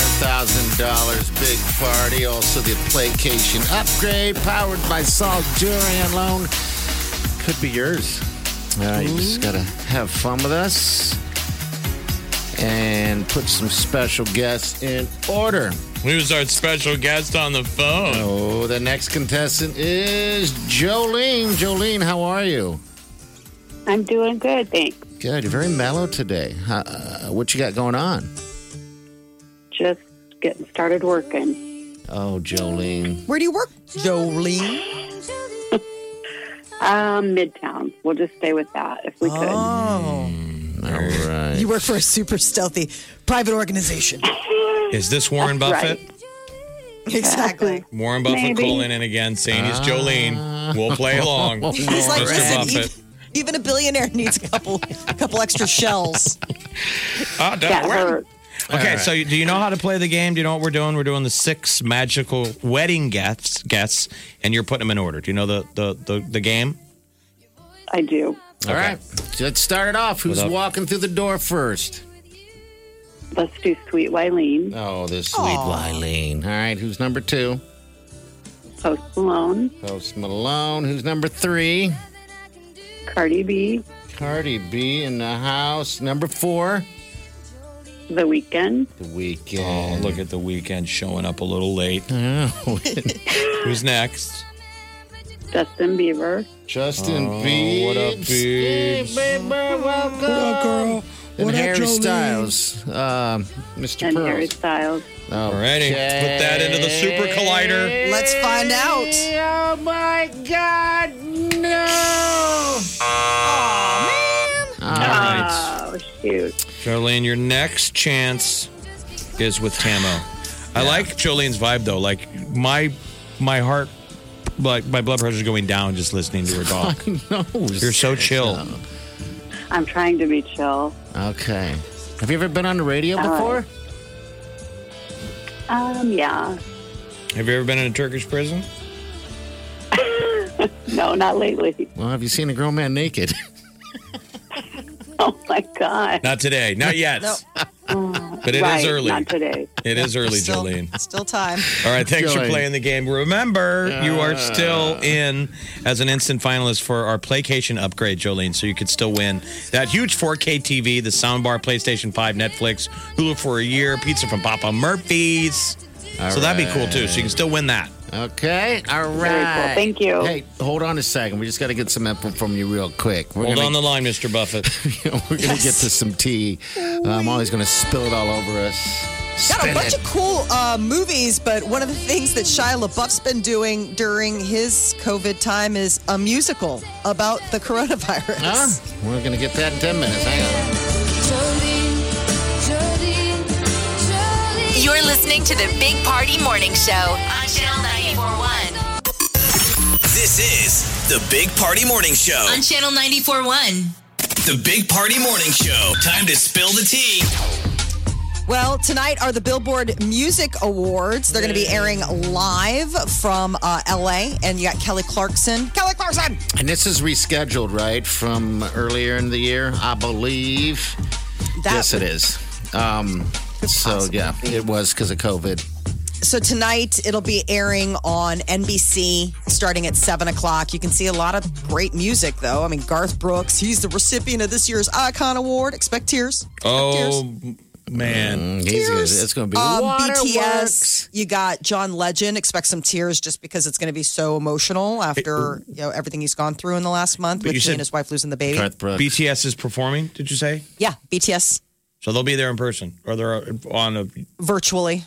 [SPEAKER 2] 100000 big party. Also, the playcation upgrade powered by Souls Jewelry and Loan. Could be yours. All right, you just got to have fun with us and put some special guests in order.
[SPEAKER 4] We was our special guest on the phone.
[SPEAKER 2] Oh, the next contestant is Jolene. Jolene, how are you?
[SPEAKER 12] I'm doing good, thanks.
[SPEAKER 2] Good. You're very mellow today. Huh, Uh, what you got going on?
[SPEAKER 12] Just getting started working.
[SPEAKER 2] Oh, Jolene.
[SPEAKER 3] Where do you work, Jolene?
[SPEAKER 12] Um, Midtown. We'll just stay with that if we could.
[SPEAKER 9] Ah,
[SPEAKER 4] Hmm.
[SPEAKER 3] Oh.
[SPEAKER 2] All right.
[SPEAKER 3] You work for a super stealthy private organization.
[SPEAKER 2] Oh.
[SPEAKER 4] Is this Warren
[SPEAKER 3] That's
[SPEAKER 4] Buffett?
[SPEAKER 3] Exactly.
[SPEAKER 4] Warren Buffett
[SPEAKER 3] Maybe.
[SPEAKER 4] calling in again saying he's Jolene. We'll play along.
[SPEAKER 3] He's like,
[SPEAKER 4] Mr.
[SPEAKER 3] listen,
[SPEAKER 4] Buffett.
[SPEAKER 3] even, even a billionaire needs a couple, a couple extra shells.
[SPEAKER 4] Ah, don't
[SPEAKER 3] That
[SPEAKER 4] worry.
[SPEAKER 3] hurt.
[SPEAKER 4] Okay,
[SPEAKER 3] All right.
[SPEAKER 4] so you- do you know how to play the game? Do you know what we're doing? We're doing the six magical wedding guests, guests and you're putting them in order. Do you know the, the, the, the game?
[SPEAKER 12] I do.
[SPEAKER 2] All right. So Let's start it off. Who's
[SPEAKER 4] What up?
[SPEAKER 2] walking through the door first?
[SPEAKER 12] Let's do Sweet Wileen,
[SPEAKER 2] Oh, the sweet
[SPEAKER 12] Aw.
[SPEAKER 2] Wileen. All right. Who's number two?
[SPEAKER 12] Post Malone,
[SPEAKER 2] Post Malone. Who's number three?
[SPEAKER 12] Cardi B,
[SPEAKER 2] Cardi B in the house. Number four.
[SPEAKER 12] The Weeknd,
[SPEAKER 2] The weekend.
[SPEAKER 4] Oh, look at the weekend showing up a little late. Who's next?
[SPEAKER 12] Justin Bieber,
[SPEAKER 2] Justin
[SPEAKER 4] Oh,
[SPEAKER 2] Bieber.
[SPEAKER 4] what up,
[SPEAKER 2] Hey,
[SPEAKER 4] Biebs?
[SPEAKER 2] baby, welcome. girl? And
[SPEAKER 4] What up,
[SPEAKER 2] Harry
[SPEAKER 4] Jolene?
[SPEAKER 2] Styles. Um, Mr.
[SPEAKER 12] and
[SPEAKER 2] Pearls.
[SPEAKER 12] Harry Styles.
[SPEAKER 4] Alrighty. Put that into the super collider.
[SPEAKER 3] Let's find out.
[SPEAKER 2] Oh my God, no!
[SPEAKER 12] Oh, shoot.
[SPEAKER 4] Jolene, your next chance is with Tamo. I like Jolene's vibe though. Like my my heart like my blood pressure's going down just listening to her talk. You're so chill.
[SPEAKER 12] I'm trying to be chill.
[SPEAKER 2] Okay. Have you ever been on the radio
[SPEAKER 12] All
[SPEAKER 2] before?
[SPEAKER 12] Um, yeah.
[SPEAKER 4] Have you ever been in a Turkish prison?
[SPEAKER 12] No, Oh, not lately.
[SPEAKER 2] Well, have you seen a grown man naked?
[SPEAKER 12] Oh, my God.
[SPEAKER 4] Not today. Not yet.
[SPEAKER 3] No.
[SPEAKER 4] But it is
[SPEAKER 12] Right,
[SPEAKER 4] early.
[SPEAKER 12] Not today.
[SPEAKER 4] It is early,
[SPEAKER 3] Still-
[SPEAKER 4] Jolene.
[SPEAKER 3] Still time.
[SPEAKER 4] All right, thanks for
[SPEAKER 2] Jolene.
[SPEAKER 4] playing the game. Remember, you are still in as an instant finalist for our Playcation upgrade, Jolene, so you could still win that huge 4K TV, the soundbar, PlayStation 5, Netflix, Hulu for a year, pizza from Papa Murphy's.
[SPEAKER 2] All
[SPEAKER 4] so that'd be cool too. So you can still win that.
[SPEAKER 2] Okay. All right.
[SPEAKER 12] Very cool. Thank you.
[SPEAKER 2] Hey, hold on a second. We just got to get some info from you real quick. We're
[SPEAKER 4] Hold
[SPEAKER 2] gonna,
[SPEAKER 4] on the line, Mr. Buffett.
[SPEAKER 2] We're going to get to some tea. I'm always going to spill it all over us.
[SPEAKER 3] Got a
[SPEAKER 2] Spin
[SPEAKER 3] bunch
[SPEAKER 2] it.
[SPEAKER 3] of cool uh, movies, but one of the things that Shia LaBeouf's been doing during his COVID time is a musical about the coronavirus.
[SPEAKER 2] Huh? We're going to get that in 10 minutes. Hang on.
[SPEAKER 1] You're listening to the Big Party Morning Show on Channel 941.
[SPEAKER 5] This is the Big Party Morning Show.
[SPEAKER 1] On Channel 941.
[SPEAKER 5] The Big Party Morning Show. Time to spill the tea.
[SPEAKER 3] Well, tonight are the Billboard Music Awards. They're going to be airing live from uh, LA, and you got Kelly Clarkson. Kelly Clarkson!
[SPEAKER 2] And this is rescheduled, right, from earlier in the year, I believe.
[SPEAKER 3] That
[SPEAKER 2] yes, it is. Um, so yeah, it was because of COVID.
[SPEAKER 3] So tonight it'll be airing on NBC starting at 7 o'clock. You can see a lot of great music, though. I mean, Garth Brooks, he's the recipient of this year's Icon Award. Expect tears.
[SPEAKER 4] Oh man,
[SPEAKER 2] he's gonna, it's going to be
[SPEAKER 3] Um,
[SPEAKER 2] waterworks.
[SPEAKER 3] BTS. You got John Legend. Expect some tears just because it's going to be so emotional after you know everything he's gone through in the last month with
[SPEAKER 4] you
[SPEAKER 3] he
[SPEAKER 4] said-
[SPEAKER 3] and his wife losing the baby.
[SPEAKER 4] BTS is performing. Did you say?
[SPEAKER 3] Yeah, BTS
[SPEAKER 4] So they'll be there in person, or they're on a.
[SPEAKER 3] virtually.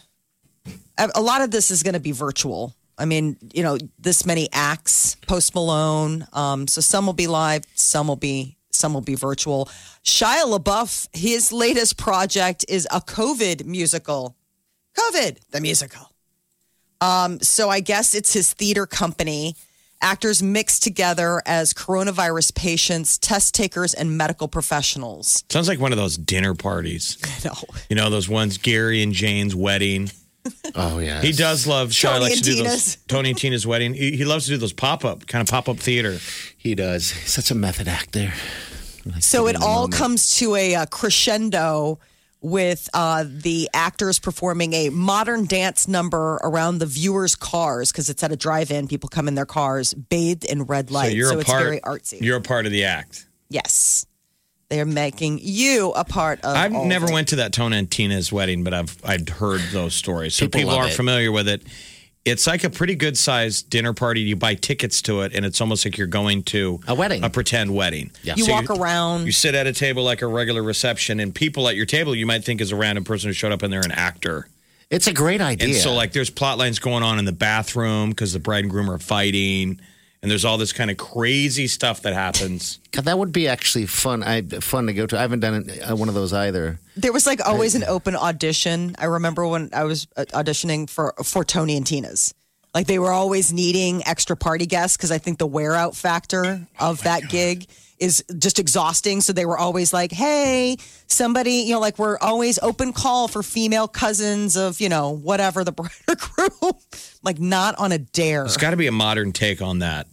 [SPEAKER 3] A a lot of this is going to be virtual. I mean, you know, this many acts, Post Malone. Um, so some will be live, some will be some will be virtual. Shia LaBeouf, his latest project is a COVID musical. COVID, the musical. Um, so I guess it's his theater company. Actors mixed together as coronavirus patients, test takers, and medical professionals.
[SPEAKER 4] Sounds like one of those dinner parties.
[SPEAKER 3] No.
[SPEAKER 4] You know those ones, Gary and Jane's wedding.
[SPEAKER 2] Oh yeah,
[SPEAKER 4] He does love Shy
[SPEAKER 3] Tony
[SPEAKER 4] likes to
[SPEAKER 3] and
[SPEAKER 4] do
[SPEAKER 3] Tina's.
[SPEAKER 4] those Tony and Tina's wedding. He, he loves to do those pop up kind of pop up theater.
[SPEAKER 2] He does. He's such a method actor.
[SPEAKER 3] So it all comes to a, uh crescendo with uh, the actors performing a modern dance number around the viewers' cars because it's at a drive-in. People come in their cars, bathed in red light.
[SPEAKER 4] so you're a
[SPEAKER 3] it's
[SPEAKER 4] part.
[SPEAKER 3] very artsy.
[SPEAKER 4] You're a part of the act.
[SPEAKER 3] yes, they are making you a part of.
[SPEAKER 4] I've
[SPEAKER 3] all
[SPEAKER 4] never
[SPEAKER 3] of it.
[SPEAKER 4] went to that Tony and Tina's wedding, but I've I've heard those stories. So
[SPEAKER 2] People
[SPEAKER 4] people,
[SPEAKER 2] love
[SPEAKER 4] are
[SPEAKER 2] it.
[SPEAKER 4] familiar with it. It's like a pretty good sized dinner party. You buy tickets to it, and it's almost like you're going to
[SPEAKER 2] A wedding.
[SPEAKER 4] a pretend wedding. Yeah.
[SPEAKER 3] You walk around.
[SPEAKER 4] You sit at a table like a regular reception, and people at your table you might think is a random person who showed up, and they're an actor.
[SPEAKER 2] It's a great idea.
[SPEAKER 4] And so, like, there's plot lines going on in the bathroom because the bride and groom are fighting, and there's all this kind of crazy stuff that happens.
[SPEAKER 2] God, that would be actually fun. I fun to go to. I haven't done uh, one of those either.
[SPEAKER 3] There was like always an open audition. I remember when I was uh, auditioning for for Tony and Tina's. Like they were always needing extra party guests because I think the wear out factor
[SPEAKER 4] Oh
[SPEAKER 3] of that gig is just exhausting. So they were always like, "Hey, somebody," you know, like we're always open call for female cousins of you know whatever the bride or groom. like not on a dare.
[SPEAKER 4] It's got to be a modern take on that,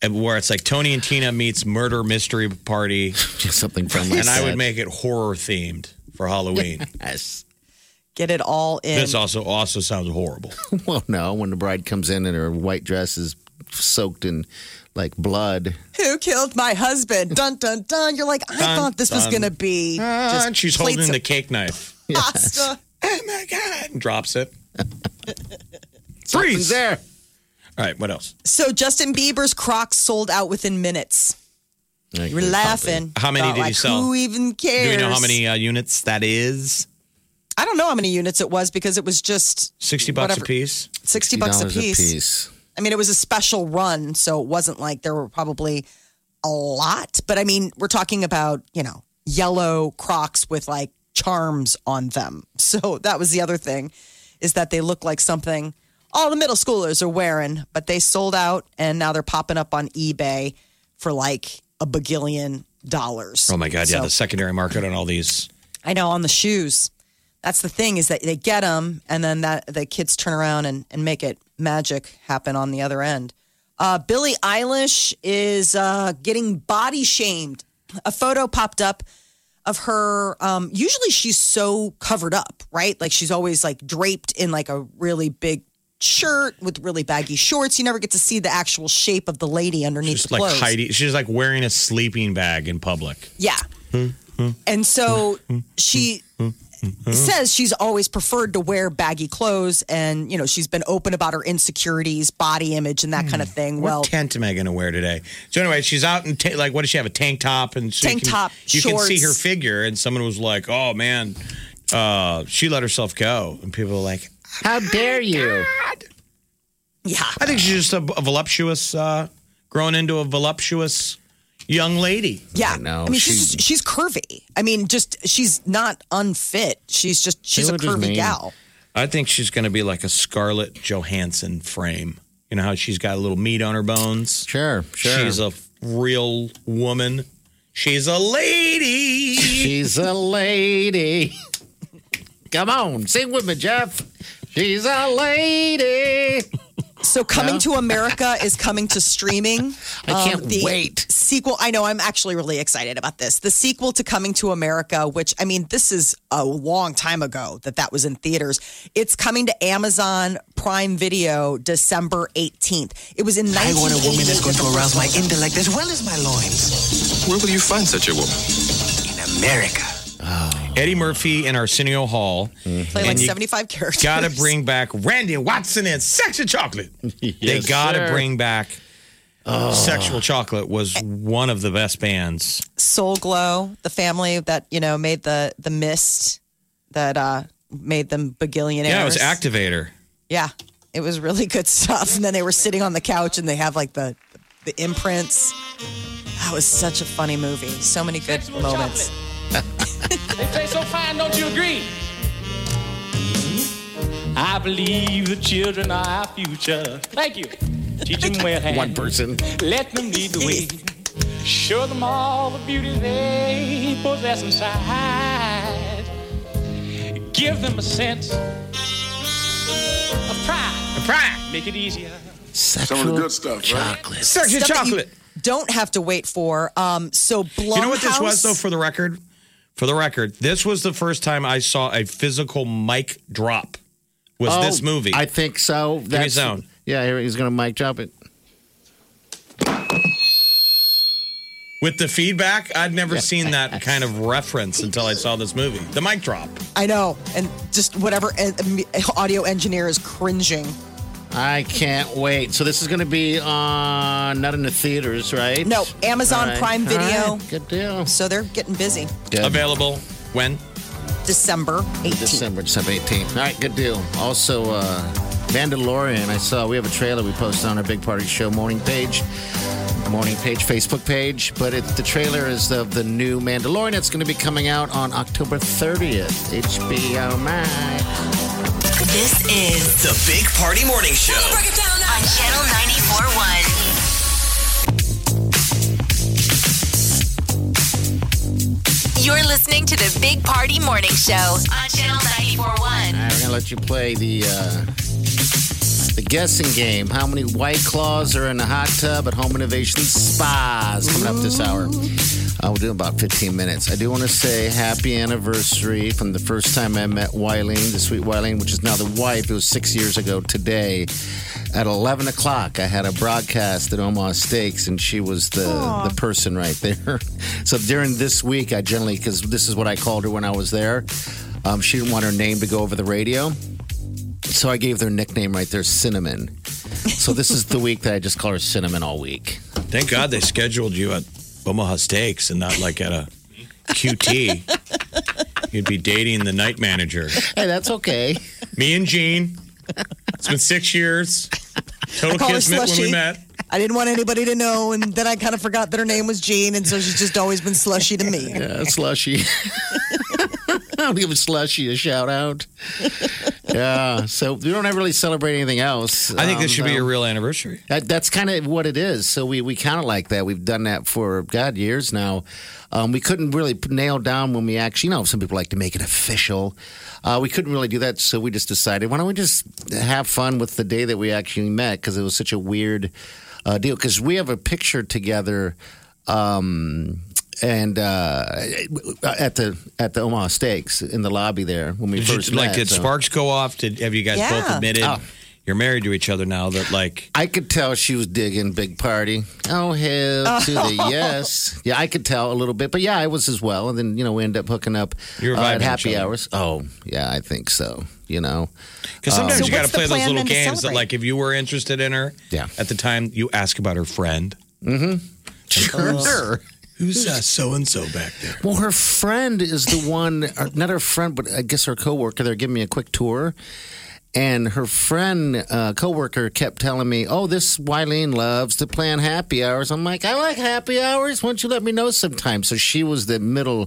[SPEAKER 4] and where it's like Tony and Tina meets murder mystery party,
[SPEAKER 2] Just something fun. Like
[SPEAKER 4] and I would
[SPEAKER 2] that.
[SPEAKER 4] make it horror themed for Halloween.
[SPEAKER 2] Yes.
[SPEAKER 3] Get it all in.
[SPEAKER 4] this also also sounds horrible.
[SPEAKER 2] Well, no. When the bride comes in and her white dress is soaked in like blood.
[SPEAKER 3] Who killed my husband? Dun dun dun. You're like, I
[SPEAKER 4] Dun,
[SPEAKER 3] thought this was
[SPEAKER 4] dun. Ah,
[SPEAKER 3] gonna be. just
[SPEAKER 4] and she's
[SPEAKER 3] plates
[SPEAKER 4] holding the
[SPEAKER 3] of
[SPEAKER 4] cake knife Oh
[SPEAKER 3] pasta.
[SPEAKER 4] and drops it.
[SPEAKER 2] Something's
[SPEAKER 4] Freeze!
[SPEAKER 2] there.
[SPEAKER 4] All right, what else?
[SPEAKER 3] So Justin Bieber's Crocs sold out within minutes. You were laughing.
[SPEAKER 4] How many
[SPEAKER 3] About,
[SPEAKER 4] did he
[SPEAKER 3] like,
[SPEAKER 4] sell?
[SPEAKER 3] Who even
[SPEAKER 4] Do
[SPEAKER 3] cares?
[SPEAKER 4] we know how many uh, units that is?
[SPEAKER 3] I don't know how many units it was because it was just
[SPEAKER 4] Sixty bucks
[SPEAKER 3] Whatever.
[SPEAKER 4] a piece.
[SPEAKER 3] sixty bucks a
[SPEAKER 2] $60
[SPEAKER 3] piece.
[SPEAKER 2] apiece.
[SPEAKER 3] I mean, it was a special run, so it wasn't like there were probably a lot. But I mean, we're talking about you know yellow Crocs with like charms on them. So that was the other thing, is that they look like something all the middle schoolers are wearing. But they sold out, and now they're popping up on eBay for like a bagillion dollars.
[SPEAKER 4] Oh my God! Yeah,
[SPEAKER 3] So-
[SPEAKER 4] the secondary market on all these.
[SPEAKER 3] I know on the shoes. That's the thing is that they get them and then that the kids turn around and, and make it magic happen on the other end. Uh, Billie Eilish is uh, getting body shamed. A photo popped up of her. Um, usually she's so covered up, right? Like she's always like draped in like a really big shirt with really baggy shorts. You never get to see the actual shape of the lady underneath
[SPEAKER 4] Just
[SPEAKER 3] the
[SPEAKER 4] like
[SPEAKER 3] clothes.
[SPEAKER 4] hiding. She's like wearing a sleeping bag in public.
[SPEAKER 3] Yeah. And so she says she's always preferred to wear baggy clothes and, you know, she's been open about her insecurities, body image, and that kind of thing. Well,
[SPEAKER 4] what tent am I going to wear today? So anyway, she's out in ta- like what does she have? A tank top and so you
[SPEAKER 3] Tank
[SPEAKER 4] can-
[SPEAKER 3] top,
[SPEAKER 4] You can see her
[SPEAKER 3] shorts.
[SPEAKER 4] figure, and someone was like, "Oh man, uh, she let herself go," and people were like,
[SPEAKER 2] How dare you?
[SPEAKER 3] yeah.
[SPEAKER 4] "I think she's just a, a voluptuous, uh, grown into a voluptuous." young lady.
[SPEAKER 3] Yeah. I,
[SPEAKER 2] know.
[SPEAKER 3] mean,
[SPEAKER 2] She-
[SPEAKER 3] she's she's curvy. I mean, just she's not unfit. She's just she's
[SPEAKER 4] Taylor
[SPEAKER 3] a
[SPEAKER 4] just
[SPEAKER 3] curvy
[SPEAKER 4] mean.
[SPEAKER 3] gal.
[SPEAKER 4] I think she's going to be like a Scarlett Johansson frame. You know how she's got a little meat on her bones?
[SPEAKER 2] Sure, sure.
[SPEAKER 4] She's a real woman. She's a lady.
[SPEAKER 2] She's a lady. Come on, sing with me, Jeff. She's a lady.
[SPEAKER 3] So coming to America is coming to streaming. Um,
[SPEAKER 2] I can't
[SPEAKER 3] the
[SPEAKER 2] wait.
[SPEAKER 3] Sequel. I know. I'm actually really excited about this. The sequel to Coming to America, which I mean, this is a long time ago that that was in theaters. It's coming to Amazon Prime Video December 18th. It was in.
[SPEAKER 13] I want a woman that's going to
[SPEAKER 3] 1988.
[SPEAKER 13] arouse my intellect as well as my loins. Where will you find such a woman? In America.
[SPEAKER 4] Eddie Murphy and Arsenio Hall.
[SPEAKER 3] Play like
[SPEAKER 4] And you
[SPEAKER 3] 75 characters.
[SPEAKER 4] Gotta bring back Randy Watson and Sexy Chocolate. they gotta
[SPEAKER 3] sir. Oh.
[SPEAKER 4] bring back. Sexual Chocolate was one of the best bands.
[SPEAKER 3] Soul Glow, the family that you know made the the mist that uh made them bagillionaires.
[SPEAKER 4] Yeah, it was Activator.
[SPEAKER 3] Yeah, it was really good stuff. And then they were sitting on the couch, and they have like the the imprints. That was such a funny movie. So many good moments.
[SPEAKER 14] They play so fine, don't you agree? Mm-hmm. I believe the children are our future. Thank you. Teach them well. hand.
[SPEAKER 2] One person.
[SPEAKER 14] Let them lead the way. Show them all the beauty they possess inside. Give them a sense of pride. pride. Make it easier.
[SPEAKER 2] Sexual
[SPEAKER 14] Some of the good
[SPEAKER 2] stuff, chocolate.
[SPEAKER 14] Sexy
[SPEAKER 3] Stuff that you
[SPEAKER 4] chocolate.
[SPEAKER 3] Don't have to wait for. Um, so Blumhouse.
[SPEAKER 4] You know what this was, though, for the record? For the record, this was the first time I saw a physical mic drop. Was
[SPEAKER 2] Oh,
[SPEAKER 4] this movie?
[SPEAKER 2] I think so.
[SPEAKER 4] me sound.
[SPEAKER 2] Yeah, here he's gonna mic drop it.
[SPEAKER 4] With the feedback, I'd never seen that kind of reference until I saw this movie. The mic drop.
[SPEAKER 3] I know, and just whatever en- audio engineer is cringing.
[SPEAKER 2] I can't wait. So this is gonna be on not in the theaters, right?
[SPEAKER 3] No, Amazon
[SPEAKER 2] All right.
[SPEAKER 3] Prime
[SPEAKER 2] All right.
[SPEAKER 3] Video.
[SPEAKER 2] Good deal.
[SPEAKER 3] So they're getting busy.
[SPEAKER 4] Available when?
[SPEAKER 3] December 18th.
[SPEAKER 2] December, December 18th. All right, good deal. Also, uh, Mandalorian, I saw we have a trailer we posted on our Big Party Show morning page, morning page, Facebook page. But it, the trailer is of the new Mandalorian. It's going to be coming out on October 30th, HBO Max.
[SPEAKER 1] This is
[SPEAKER 5] The Big Party Morning Show.
[SPEAKER 1] on Channel 94.1. You're listening to the Big Party Morning Show on Channel 94.1.
[SPEAKER 2] All right, we're going to let you play the. Uh, the guessing game. How many white claws are in a hot tub at Home Innovation Spas? Coming up this hour. I will do about 15 minutes. I do want to say happy anniversary from the first time I met Wileen, the sweet Wileen, which is now the wife. It was six years ago today. At 11 o'clock, I had a broadcast at Omaha Steaks, and she was the,
[SPEAKER 15] Aw.
[SPEAKER 2] the person right there. so during this week, I generally, because this is what I called her when I was there, um, she didn't want her name to go over the radio. So I gave their nickname right there, Cinnamon. So this is the week that I just call her Cinnamon all week.
[SPEAKER 4] Thank God they scheduled you at Omaha Steaks and not like at a QT. You'd be dating the night manager.
[SPEAKER 2] Hey, that's okay.
[SPEAKER 4] Me and Gene. It's been six years.
[SPEAKER 3] I
[SPEAKER 4] Total
[SPEAKER 3] call her
[SPEAKER 4] kismet when
[SPEAKER 3] slushy.
[SPEAKER 4] we met.
[SPEAKER 3] I didn't want anybody to know, and then I kind of forgot that her name was Jean, and so she's just always been slushy to me.
[SPEAKER 2] Yeah, slushy. I'll give Slushy a shout out. Yeah. So we don't ever really celebrate anything else.
[SPEAKER 4] I think
[SPEAKER 2] Um,
[SPEAKER 4] this should be
[SPEAKER 2] though.
[SPEAKER 4] your real anniversary.
[SPEAKER 2] That, that's kind of what it is. So we, we count it like that. We've done that for, God, years now. Um, we couldn't really p- nail down when we actually, you know, some people like to make it official. Uh, we couldn't really do that. So we just decided, why don't we just have fun with the day that we actually met? Because it was such a weird uh, deal. Because we have a picture together. Um, and uh, at the at the Omaha Steaks in the lobby there when we
[SPEAKER 4] Did you-
[SPEAKER 2] first
[SPEAKER 4] like
[SPEAKER 2] met,
[SPEAKER 4] did
[SPEAKER 2] so-
[SPEAKER 4] sparks go off? Did have you guys both
[SPEAKER 2] Yeah.
[SPEAKER 4] admitted
[SPEAKER 2] Oh.
[SPEAKER 4] you're married to each other now? That like
[SPEAKER 2] I could tell she was digging big party. Oh hell to the yes. Yeah, I could tell a little bit, but yeah, I was as well. And then you know we end up hooking up
[SPEAKER 4] You were
[SPEAKER 2] uh, at
[SPEAKER 4] vibing
[SPEAKER 2] happy
[SPEAKER 4] each other.
[SPEAKER 2] hours. Oh yeah, I think so. You know,
[SPEAKER 4] because sometimes
[SPEAKER 2] Um,
[SPEAKER 4] you got to play those little games that like if you were interested in her, yeah. At the time you ask about her friend.
[SPEAKER 2] Mm-hmm. Sure.
[SPEAKER 4] Who's uh, so and so back there?
[SPEAKER 2] Well, her uh, friend is the one, or not her friend, but I guess her coworker. They're giving me a quick tour, And her friend, uh, coworker, kept telling me, "Oh, this Wileen loves to plan happy hours." I'm like, "I like happy hours. Why don't you let me know sometime?" So she was the middle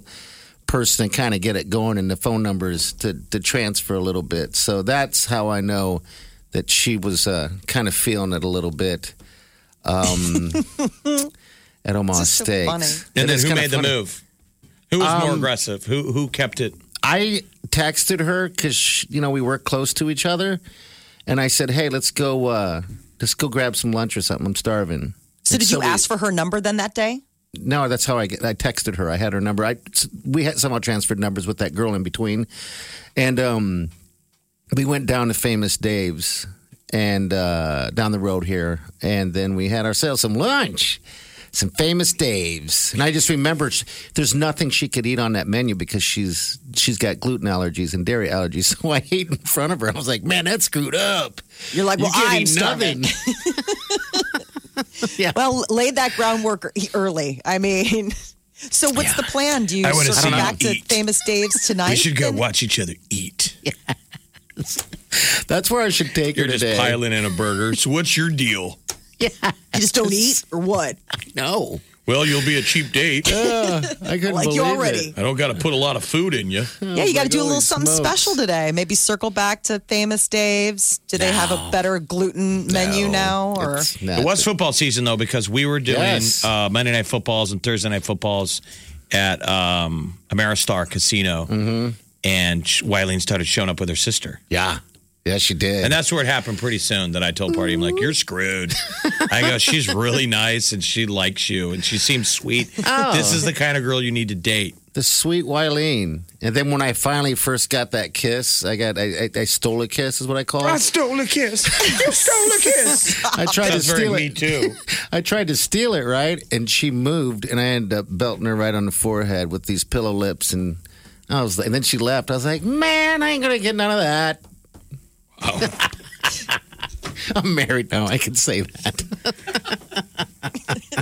[SPEAKER 2] person to kind of get it going, and the phone numbers to to transfer a little bit. So that's how I know that she was uh, kind of feeling it a little bit um, at Omaha
[SPEAKER 4] This is so
[SPEAKER 2] Steaks.
[SPEAKER 4] funny.
[SPEAKER 2] It
[SPEAKER 4] And then
[SPEAKER 2] is
[SPEAKER 4] who
[SPEAKER 2] kinda
[SPEAKER 4] made the
[SPEAKER 2] funny.
[SPEAKER 4] move? Who was more
[SPEAKER 2] Um,
[SPEAKER 4] aggressive? Who who kept it?
[SPEAKER 2] I texted her because you know we work close to each other, and I said, "Hey, let's go. Uh, let's go grab some lunch or something. I'm starving."
[SPEAKER 3] So
[SPEAKER 2] And
[SPEAKER 3] did you
[SPEAKER 2] we-
[SPEAKER 3] ask for her number then that day?
[SPEAKER 2] No, that's how I get. I texted her. I had her number. I we had somehow transferred numbers with that girl in between, and um, we went down to Famous Dave's and uh, down the road here, and then we had ourselves some lunch, some Famous Dave's, and I just remember sh- there's nothing she could eat on that menu because she's she's got gluten allergies and dairy allergies. So I ate in front of her. I was like, man, that's screwed up.
[SPEAKER 3] You're like,
[SPEAKER 2] You
[SPEAKER 3] well,
[SPEAKER 2] can't
[SPEAKER 3] I'm
[SPEAKER 2] eat
[SPEAKER 3] starving. Well, laid that groundwork e- early. I mean, so what's the plan? Do you
[SPEAKER 4] I wanna
[SPEAKER 3] circle
[SPEAKER 4] see
[SPEAKER 3] back
[SPEAKER 4] you
[SPEAKER 3] to Famous Dave's tonight?
[SPEAKER 4] We should go watch each other eat.
[SPEAKER 2] That's where I should take
[SPEAKER 4] You're just piling in a burger. So what's your deal?
[SPEAKER 3] Yeah. You just don't eat or what?
[SPEAKER 2] No.
[SPEAKER 4] Well, you'll be a cheap date.
[SPEAKER 2] I couldn't
[SPEAKER 3] Like you believe already.
[SPEAKER 4] I don't got to put a lot of food in you.
[SPEAKER 2] Oh
[SPEAKER 3] yeah, you got to do a little something special today. Maybe circle back to Famous Dave's. Do they have a better gluten menu now? Or
[SPEAKER 4] It was football season though because we were doing
[SPEAKER 3] Yes.
[SPEAKER 4] uh, Monday night footballs and Thursday night footballs at um, Ameristar Casino,
[SPEAKER 2] Mm-hmm.
[SPEAKER 4] and Sh- Wileen started showing up with her sister.
[SPEAKER 2] Yeah, yeah, she did,
[SPEAKER 4] and that's where it happened pretty soon. That I told Party, I'm like, "You're screwed." I go, "She's really nice, and she likes you, and she seems sweet.
[SPEAKER 2] Oh.
[SPEAKER 4] This is the kind of girl you need to date."
[SPEAKER 2] The sweet Wileen. And then when I finally first got that kiss, I got I, I, I stole a kiss is what I call it.
[SPEAKER 4] stole a kiss. You stole a kiss.
[SPEAKER 2] I tried
[SPEAKER 4] Sounds
[SPEAKER 2] to
[SPEAKER 4] very
[SPEAKER 2] steal
[SPEAKER 4] Me
[SPEAKER 2] it.
[SPEAKER 4] Too.
[SPEAKER 2] I tried to steal it, right? And she moved and I ended up belting her right on the forehead with these pillow lips and I was and then she left. I was like, Man, I ain't gonna get none of that.
[SPEAKER 4] Oh.
[SPEAKER 2] I'm married now, I can say that.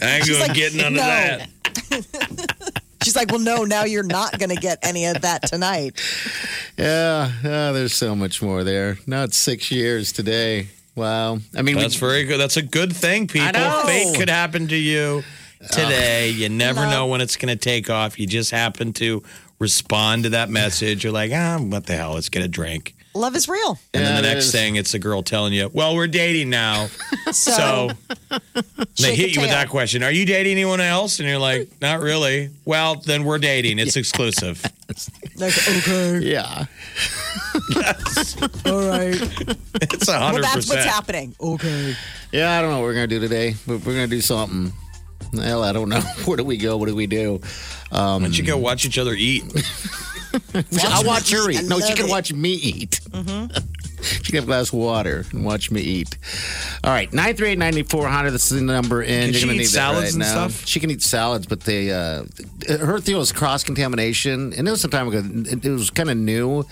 [SPEAKER 4] I ain't
[SPEAKER 3] She's
[SPEAKER 4] gonna
[SPEAKER 3] like,
[SPEAKER 4] get none
[SPEAKER 3] no.
[SPEAKER 4] of that.
[SPEAKER 3] she's like, well, no, now you're not going to get any of that tonight.
[SPEAKER 2] Yeah, yeah, there's so much more there. Now it's six years today. Wow. I mean, we-
[SPEAKER 4] that's very good. That's a good thing, people.
[SPEAKER 2] know.
[SPEAKER 4] Fate could happen to you today. you never know when it's going to take off. You just happen to respond to that message. You're like, ah, what the hell? Let's get a drink.
[SPEAKER 3] Love is real.
[SPEAKER 4] And then the
[SPEAKER 2] Yeah, it
[SPEAKER 4] next
[SPEAKER 2] is.
[SPEAKER 4] thing, it's a girl telling you, well, we're dating now.
[SPEAKER 3] So-
[SPEAKER 4] so they
[SPEAKER 3] Shake a
[SPEAKER 4] hit you with
[SPEAKER 3] tail.
[SPEAKER 4] that question Are you dating anyone else? And you're like, not really. Well, then we're dating. It's exclusive.
[SPEAKER 3] Like, okay.
[SPEAKER 2] Yeah.
[SPEAKER 3] All right.
[SPEAKER 4] It's 100%.
[SPEAKER 3] Well, that's what's happening. Okay.
[SPEAKER 2] Yeah, I don't know what we're gonna do today, but we're gonna do something. Hell, I don't know. Where do we go? What do we do? Um, Why
[SPEAKER 4] don't you go watch each other eat?
[SPEAKER 2] I'll watch
[SPEAKER 4] me
[SPEAKER 2] her
[SPEAKER 4] eat.
[SPEAKER 2] eat.
[SPEAKER 4] I
[SPEAKER 2] No, she
[SPEAKER 4] love
[SPEAKER 2] can
[SPEAKER 4] it. Mm-hmm.
[SPEAKER 2] watch me eat. She can have a glass of water and watch me eat. All right, 938-9400, This is the number in.
[SPEAKER 4] Can
[SPEAKER 2] You're
[SPEAKER 4] she
[SPEAKER 2] gonna
[SPEAKER 4] eat
[SPEAKER 2] need
[SPEAKER 4] salads
[SPEAKER 2] that right
[SPEAKER 4] and
[SPEAKER 2] now.
[SPEAKER 4] stuff?
[SPEAKER 2] She can eat salads, but they uh, her deal is cross contamination, and it was some time ago. It, it was kind of new,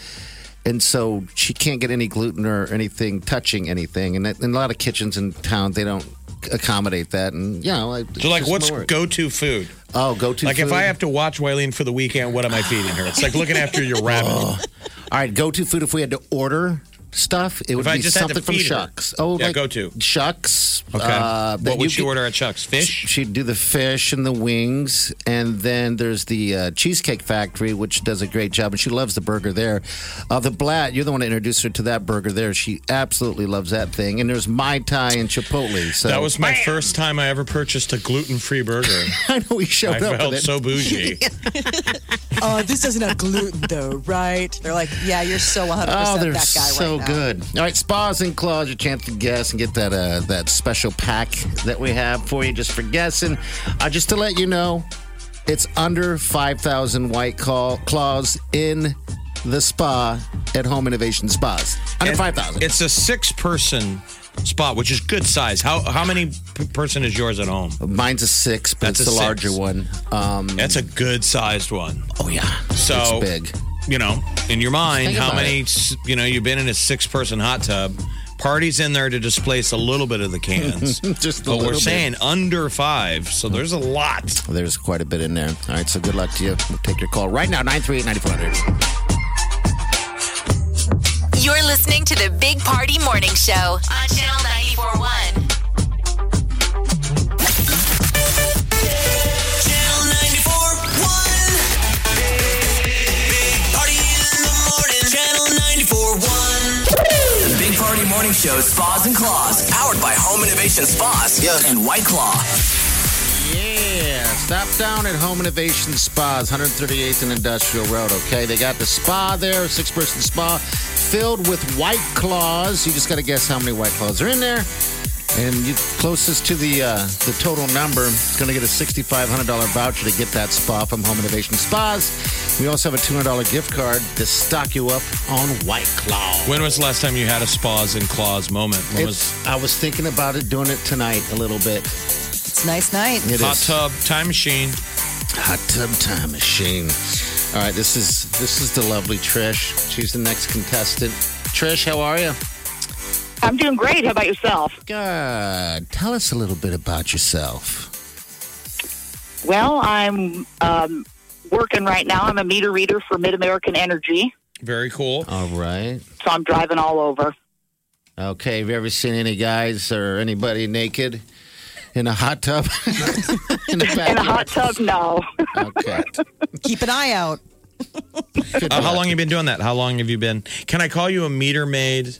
[SPEAKER 2] and so she can't get any gluten or anything touching anything. And, that, and a lot of kitchens in town they don't accommodate that. And you know,
[SPEAKER 4] So, like, what's go to food?
[SPEAKER 2] Oh, go to
[SPEAKER 4] Like, if I have to watch Wileen for the weekend, what am I feeding her? It's like looking after your
[SPEAKER 2] Oh,
[SPEAKER 4] rabbit.
[SPEAKER 2] All right, go to food. If we had to order stuff, it would
[SPEAKER 4] If I
[SPEAKER 2] be
[SPEAKER 4] just had to
[SPEAKER 2] something from
[SPEAKER 4] feed her.
[SPEAKER 2] Shucks. Oh,
[SPEAKER 4] Yeah,
[SPEAKER 2] like
[SPEAKER 4] go to.
[SPEAKER 2] Shucks.
[SPEAKER 4] Okay.
[SPEAKER 2] uh, that
[SPEAKER 4] what would you
[SPEAKER 2] could-
[SPEAKER 4] order at Chuck's? Fish?
[SPEAKER 2] She'd do the fish and the wings, and then there's the uh, Cheesecake Factory, which does a great job, and she loves the burger there. Uh, the Blatt, you're the one that introduced her to that burger there. She absolutely loves that thing. And there's Mai Tai and Chipotle. So
[SPEAKER 4] that was my first time I ever purchased a gluten free burger.
[SPEAKER 2] I know we showed
[SPEAKER 4] I
[SPEAKER 2] up.
[SPEAKER 4] felt
[SPEAKER 2] with it.
[SPEAKER 4] so bougie.
[SPEAKER 3] Oh, this doesn't have gluten though, right? They're like, yeah, you're so 100%
[SPEAKER 2] Oh,
[SPEAKER 3] that
[SPEAKER 2] they're
[SPEAKER 3] guy
[SPEAKER 2] so
[SPEAKER 3] right now.
[SPEAKER 2] good. All right, spas and claws, your chance to guess and get that uh, that special pack that we have for you just for guessing. Uh, just to let you know, it's under 5,000 white claw, claws in the spa at Home Innovation Spas. Under
[SPEAKER 4] And
[SPEAKER 2] 5,000.
[SPEAKER 4] It's a six person spot, which is good size. How how many p- person is yours at home?
[SPEAKER 2] Mine's a six, but
[SPEAKER 4] That's
[SPEAKER 2] it's
[SPEAKER 4] a
[SPEAKER 2] the
[SPEAKER 4] six.
[SPEAKER 2] larger one. Um,
[SPEAKER 4] That's a good sized one.
[SPEAKER 2] Oh yeah,
[SPEAKER 4] so
[SPEAKER 2] It's big.
[SPEAKER 4] You know, in your mind,
[SPEAKER 2] Think
[SPEAKER 4] how
[SPEAKER 2] about
[SPEAKER 4] many? s You know, you've been in a six person hot tub. Parties in there to displace a little bit of the cans.
[SPEAKER 2] Just a
[SPEAKER 4] but we're
[SPEAKER 2] little bit.
[SPEAKER 4] saying under five, so there's a lot.
[SPEAKER 2] There's quite a bit in there. All right, so good luck to you. We'll take your call right now, 938 9400.
[SPEAKER 1] You're listening to the Big Party Morning Show on Channel 941.
[SPEAKER 5] Channel 94.1. Big Party in the morning. Channel 94.1. The Big Party Morning Show, Spas and Claws. Powered by Home Innovation Spas and White Claw.
[SPEAKER 2] Yeah, stop down at Home Innovation Spas, 138th and Industrial Road, okay? They got the spa there, six person spa, filled with white claws. You just got to guess how many white claws are in there. And you closest to the uh, the total number is going to get a $6,500 voucher to get that spa from Home Innovation Spas. We also have a $200 gift card to stock you up on White Claw.
[SPEAKER 4] When was the last time you had a spas and claws moment? When was
[SPEAKER 2] It's, I was thinking about it, doing it tonight a little bit.
[SPEAKER 3] It's a nice night.
[SPEAKER 4] hot tub time machine?
[SPEAKER 2] Hot tub time machine. All right, this is this is the lovely Trish. She's the next contestant. Trish, how are you?
[SPEAKER 12] I'm doing great. How about yourself?
[SPEAKER 2] Good. Tell us a little bit about yourself.
[SPEAKER 12] Well, I'm um, working right now. I'm a meter reader for Mid American Energy,
[SPEAKER 4] Very cool.
[SPEAKER 2] All right.
[SPEAKER 12] so I'm driving all over.
[SPEAKER 2] Okay. Have you ever seen any guys or anybody naked in a hot tub? in, the
[SPEAKER 12] In a hot tub, no.
[SPEAKER 2] Okay.
[SPEAKER 3] Keep an eye out.
[SPEAKER 4] Uh, how long you been doing that? How long have you been? Can I call you a meter maid?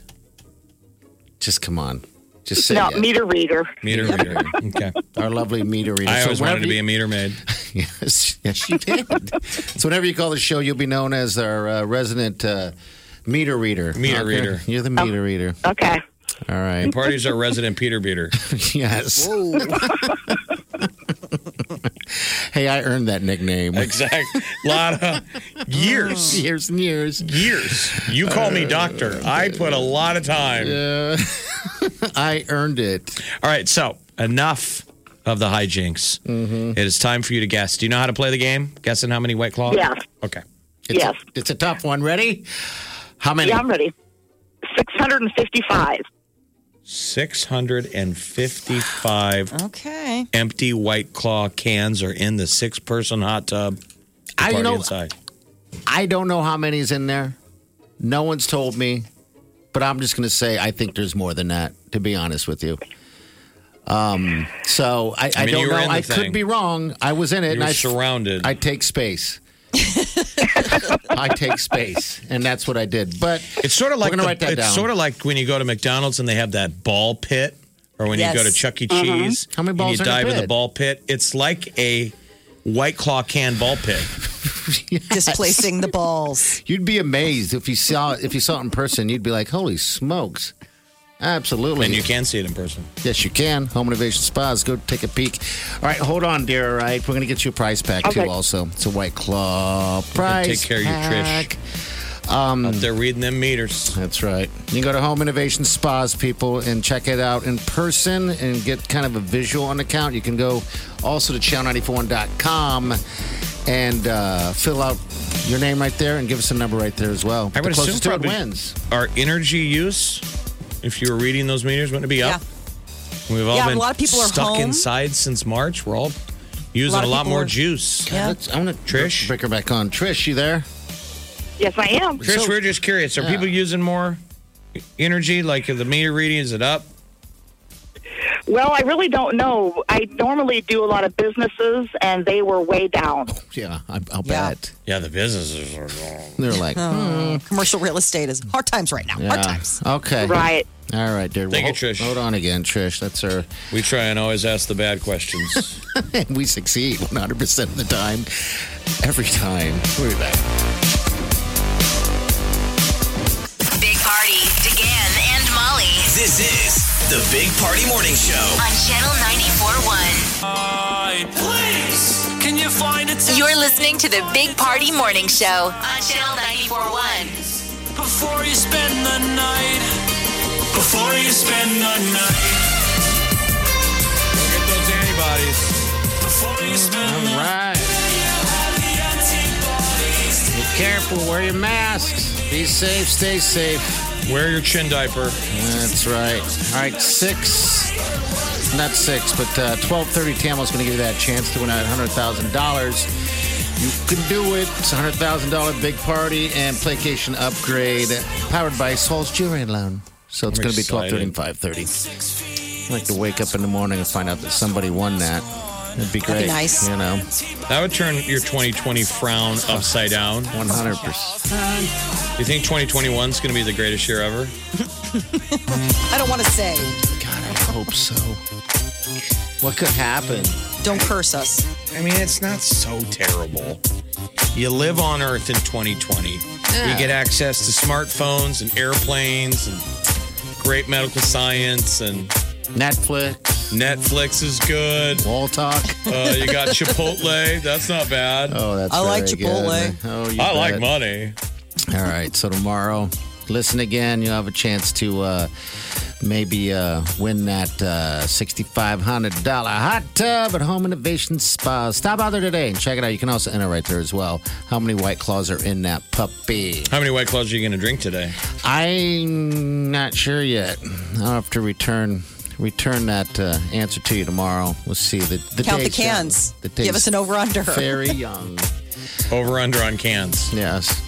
[SPEAKER 2] Just come on. Just say
[SPEAKER 12] no,
[SPEAKER 2] yes.
[SPEAKER 12] meter reader.
[SPEAKER 4] Meter reader. Okay.
[SPEAKER 2] Our lovely meter reader.
[SPEAKER 4] I
[SPEAKER 2] So
[SPEAKER 4] always
[SPEAKER 2] whenever
[SPEAKER 4] wanted to
[SPEAKER 2] you-
[SPEAKER 4] be a meter maid.
[SPEAKER 2] Yes, yes, you did. so whenever you call the show, you'll be known as our uh, resident uh, meter reader.
[SPEAKER 4] Meter
[SPEAKER 2] Okay?
[SPEAKER 4] reader.
[SPEAKER 2] You're the meter reader.
[SPEAKER 12] Oh. Okay.
[SPEAKER 2] All right.
[SPEAKER 4] The party's our resident Peter beater.
[SPEAKER 2] yes. hey, I earned that nickname.
[SPEAKER 4] Exact. Lot of years.
[SPEAKER 2] Years and years.
[SPEAKER 4] Years. You call me doctor. I put a lot of time.
[SPEAKER 2] Uh, I earned it.
[SPEAKER 4] All right. So enough of the hijinks.
[SPEAKER 2] Mm-hmm.
[SPEAKER 4] It is time for you to guess. Do you know how to play the game? Guessing how many white claws?
[SPEAKER 12] Yeah.
[SPEAKER 4] Okay.
[SPEAKER 2] It's
[SPEAKER 12] Yes.
[SPEAKER 2] A, it's a tough one. Ready? How many?
[SPEAKER 12] Yeah, I'm ready. 655.
[SPEAKER 4] 655
[SPEAKER 3] Okay.
[SPEAKER 4] empty white claw cans are in the six person hot tub. The
[SPEAKER 2] I
[SPEAKER 4] party
[SPEAKER 2] know.
[SPEAKER 4] inside.
[SPEAKER 2] I don't know how many's in there. No one's told me, but I'm just going to say I think there's more than that. To be honest with you, um, so I, I,
[SPEAKER 4] I mean,
[SPEAKER 2] don't
[SPEAKER 4] you were
[SPEAKER 2] know.
[SPEAKER 4] in the
[SPEAKER 2] I
[SPEAKER 4] thing.
[SPEAKER 2] could be wrong. I was in it, and
[SPEAKER 4] You're
[SPEAKER 2] I
[SPEAKER 4] surrounded.
[SPEAKER 2] I take space. I take space, and that's what I did. But
[SPEAKER 4] It's sort of like
[SPEAKER 2] we're gonna write
[SPEAKER 4] the-
[SPEAKER 2] that
[SPEAKER 4] it's
[SPEAKER 2] down.
[SPEAKER 4] sort of like when you go to McDonald's and they have that ball pit, or when you go to
[SPEAKER 3] Yes. Mm-hmm.
[SPEAKER 4] Chuck E. Cheese,
[SPEAKER 2] How many
[SPEAKER 4] and
[SPEAKER 2] balls
[SPEAKER 4] you
[SPEAKER 2] are in a
[SPEAKER 4] dive in the
[SPEAKER 2] pit?
[SPEAKER 4] ball pit. It's like a White Claw can ball pit.
[SPEAKER 3] Displacing the balls.
[SPEAKER 2] you'd be amazed if you saw if you saw it in person. You'd be like, "Holy smokes!" Absolutely.
[SPEAKER 4] and you can see it in person.
[SPEAKER 2] Yes, you can. Home Innovation Spas. Go take a peek. All right, hold on, dear. All right, we're going to get you a prize pack
[SPEAKER 12] Okay.
[SPEAKER 2] too. Also, it's a White Claw prize.
[SPEAKER 4] take care of your Trish.
[SPEAKER 2] pack. Mm.
[SPEAKER 4] Out there reading them meters.
[SPEAKER 2] That's right. You can go to Home Innovation Spas, people, and check it out in person and get kind of a visual on the count. You can go also to channel941.com and uh, fill out your name right there and give us a number right there as well.
[SPEAKER 4] I would
[SPEAKER 2] the
[SPEAKER 4] assume
[SPEAKER 2] closest to it
[SPEAKER 4] probably
[SPEAKER 2] wins.
[SPEAKER 4] our energy use. If you were reading those meters, wouldn't it be up? We've all
[SPEAKER 3] Yeah,
[SPEAKER 4] been
[SPEAKER 3] a lot of people are
[SPEAKER 4] stuck
[SPEAKER 3] home.
[SPEAKER 4] inside since March. We're all using
[SPEAKER 3] lot
[SPEAKER 4] a
[SPEAKER 3] of
[SPEAKER 4] lot
[SPEAKER 3] people
[SPEAKER 4] more
[SPEAKER 3] are-
[SPEAKER 4] juice.
[SPEAKER 3] Yeah.
[SPEAKER 2] Let's- I'm going to
[SPEAKER 4] Trish?
[SPEAKER 2] break her back on. Trish, you there?
[SPEAKER 12] Yes, I am.
[SPEAKER 4] Chris, we're just curious. Are people using more energy? Like the meter reading, is it up?
[SPEAKER 12] Well, I really don't know. I normally do a lot of businesses, and they were way down.
[SPEAKER 2] Yeah, I, I'll
[SPEAKER 3] Yeah.
[SPEAKER 2] bet.
[SPEAKER 4] Yeah, the businesses are wrong.
[SPEAKER 2] They're like,
[SPEAKER 3] Uh, commercial real estate is hard times right now. Hard
[SPEAKER 2] Yeah.
[SPEAKER 3] times.
[SPEAKER 2] Okay.
[SPEAKER 12] Right.
[SPEAKER 2] All right, dear.
[SPEAKER 4] Thank
[SPEAKER 2] Well,
[SPEAKER 4] you, Trish.
[SPEAKER 2] Hold on again, Trish. That's her.
[SPEAKER 4] We try and always ask the bad questions.
[SPEAKER 2] we succeed 100% of the time. Every time. We'll be back.
[SPEAKER 1] Big Party, DeGan and Molly
[SPEAKER 5] This is the Big Party Morning Show.
[SPEAKER 1] on Channel 941.
[SPEAKER 5] Please, can you find a time
[SPEAKER 1] You're listening to the Big Party Morning Show on Channel 941.
[SPEAKER 5] before you spend the night? Before you spend the night.
[SPEAKER 4] Get those antibodies.
[SPEAKER 5] Before you spend the
[SPEAKER 2] All right. Be careful. Wear your masks. Be safe. Stay safe.
[SPEAKER 4] Wear your chin diaper.
[SPEAKER 2] That's right. All right, six. Not six, but uh, twelve thirty. Tamil's going to give you that chance to win out hundred thousand dollars. You can do it. It's a $100,000 big party and playcation upgrade powered by Soul's Jewelry and Loan. So it's
[SPEAKER 4] I'm
[SPEAKER 2] going to be 1230 and
[SPEAKER 4] excited.
[SPEAKER 2] 530. like to wake up in the morning and find out that somebody won that. It'd be great.
[SPEAKER 4] That'd be nice.
[SPEAKER 2] You know,
[SPEAKER 4] That would turn your 2020 frown upside down.
[SPEAKER 2] 100%.
[SPEAKER 4] You think 2021 is going to be the greatest year ever?
[SPEAKER 3] I don't want to say.
[SPEAKER 2] God, I hope so. What could happen?
[SPEAKER 3] Don't curse us.
[SPEAKER 4] I mean, it's not so terrible. You live on Earth in 2020.
[SPEAKER 3] Yeah.
[SPEAKER 4] You get access to smartphones and airplanes and great medical science and
[SPEAKER 2] Netflix.
[SPEAKER 4] Netflix is good.
[SPEAKER 2] Wall talk.
[SPEAKER 4] Uh, you got Chipotle. That's not bad.
[SPEAKER 2] Oh, that's very good. Oh, you
[SPEAKER 4] I like
[SPEAKER 2] bet.
[SPEAKER 4] money.
[SPEAKER 2] All right. So tomorrow, listen again. You'll have a chance to uh, maybe uh, win that uh, $6,500 hot tub at Home Innovation Spa. Stop out there today and check it out. You can also enter right there as well. How many white claws are in that puppy?
[SPEAKER 4] How many white claws are you going to drink today?
[SPEAKER 2] I'm not sure yet. I'll have to return return that uh, answer to you tomorrow. We'll see. The, the
[SPEAKER 3] Count the
[SPEAKER 2] day's young.
[SPEAKER 3] cans.
[SPEAKER 2] The
[SPEAKER 3] Give
[SPEAKER 2] day's
[SPEAKER 3] us an over under.
[SPEAKER 2] Very young.
[SPEAKER 4] Over under on cans.
[SPEAKER 2] Yes.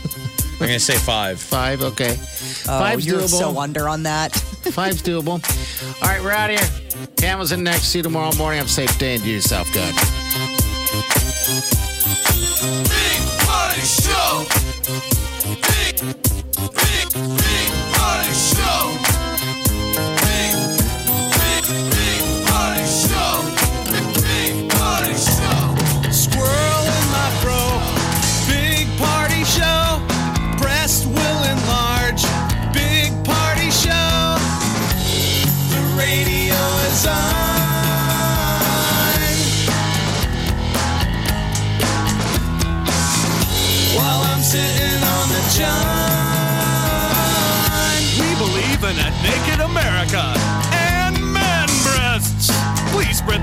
[SPEAKER 4] I'm going to say five.
[SPEAKER 2] Five. Okay.
[SPEAKER 3] Oh,
[SPEAKER 2] Five's
[SPEAKER 3] you're
[SPEAKER 2] doable.
[SPEAKER 3] so under on that.
[SPEAKER 2] Five's doable. All right, we're out of here. Cameras in next. See you tomorrow morning. Have a safe day and do yourself good.
[SPEAKER 5] Big Party Show. Big, big, big Party Show. Big, big, big Party Show. Big Party Show. Squirrel in my bro. Big Party Show. Breast will enlarge. Big Party Show. The radio is on. while I'm sitting on the john. We believe in a naked America and man breasts. Please spread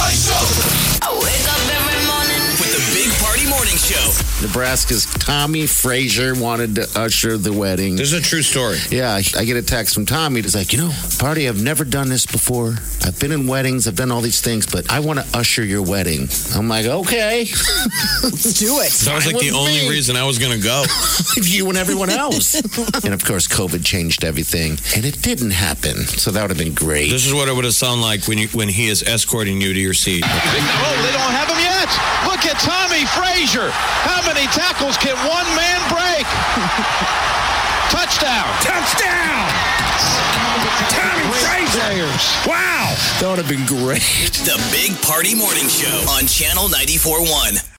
[SPEAKER 5] I wake up every morning with the Big Party Morning Show.
[SPEAKER 2] Nebraska's Tommy Frazier wanted to usher the wedding. This
[SPEAKER 4] is a true story.
[SPEAKER 2] Yeah, I get a text from Tommy. It's like, you know, party, I've never done this before. I've been in weddings, I've done all these things, but I want to usher your wedding. I'm like, okay. Let's
[SPEAKER 3] do it.
[SPEAKER 4] That was like the only reason I was going to go.
[SPEAKER 2] you and everyone else. and of course, COVID changed everything, and it didn't happen. So that would have been great.
[SPEAKER 4] This is what it would have sounded like when you, when he is escorting you to your seat.
[SPEAKER 9] Oh, they don't have him yet. Look at Tommy Frazier. How many tackles can one man break? Touchdown. Touchdown. Tommy Frazier.
[SPEAKER 2] Wow. That would have been great.
[SPEAKER 16] The Big Party Morning Show on Channel 941.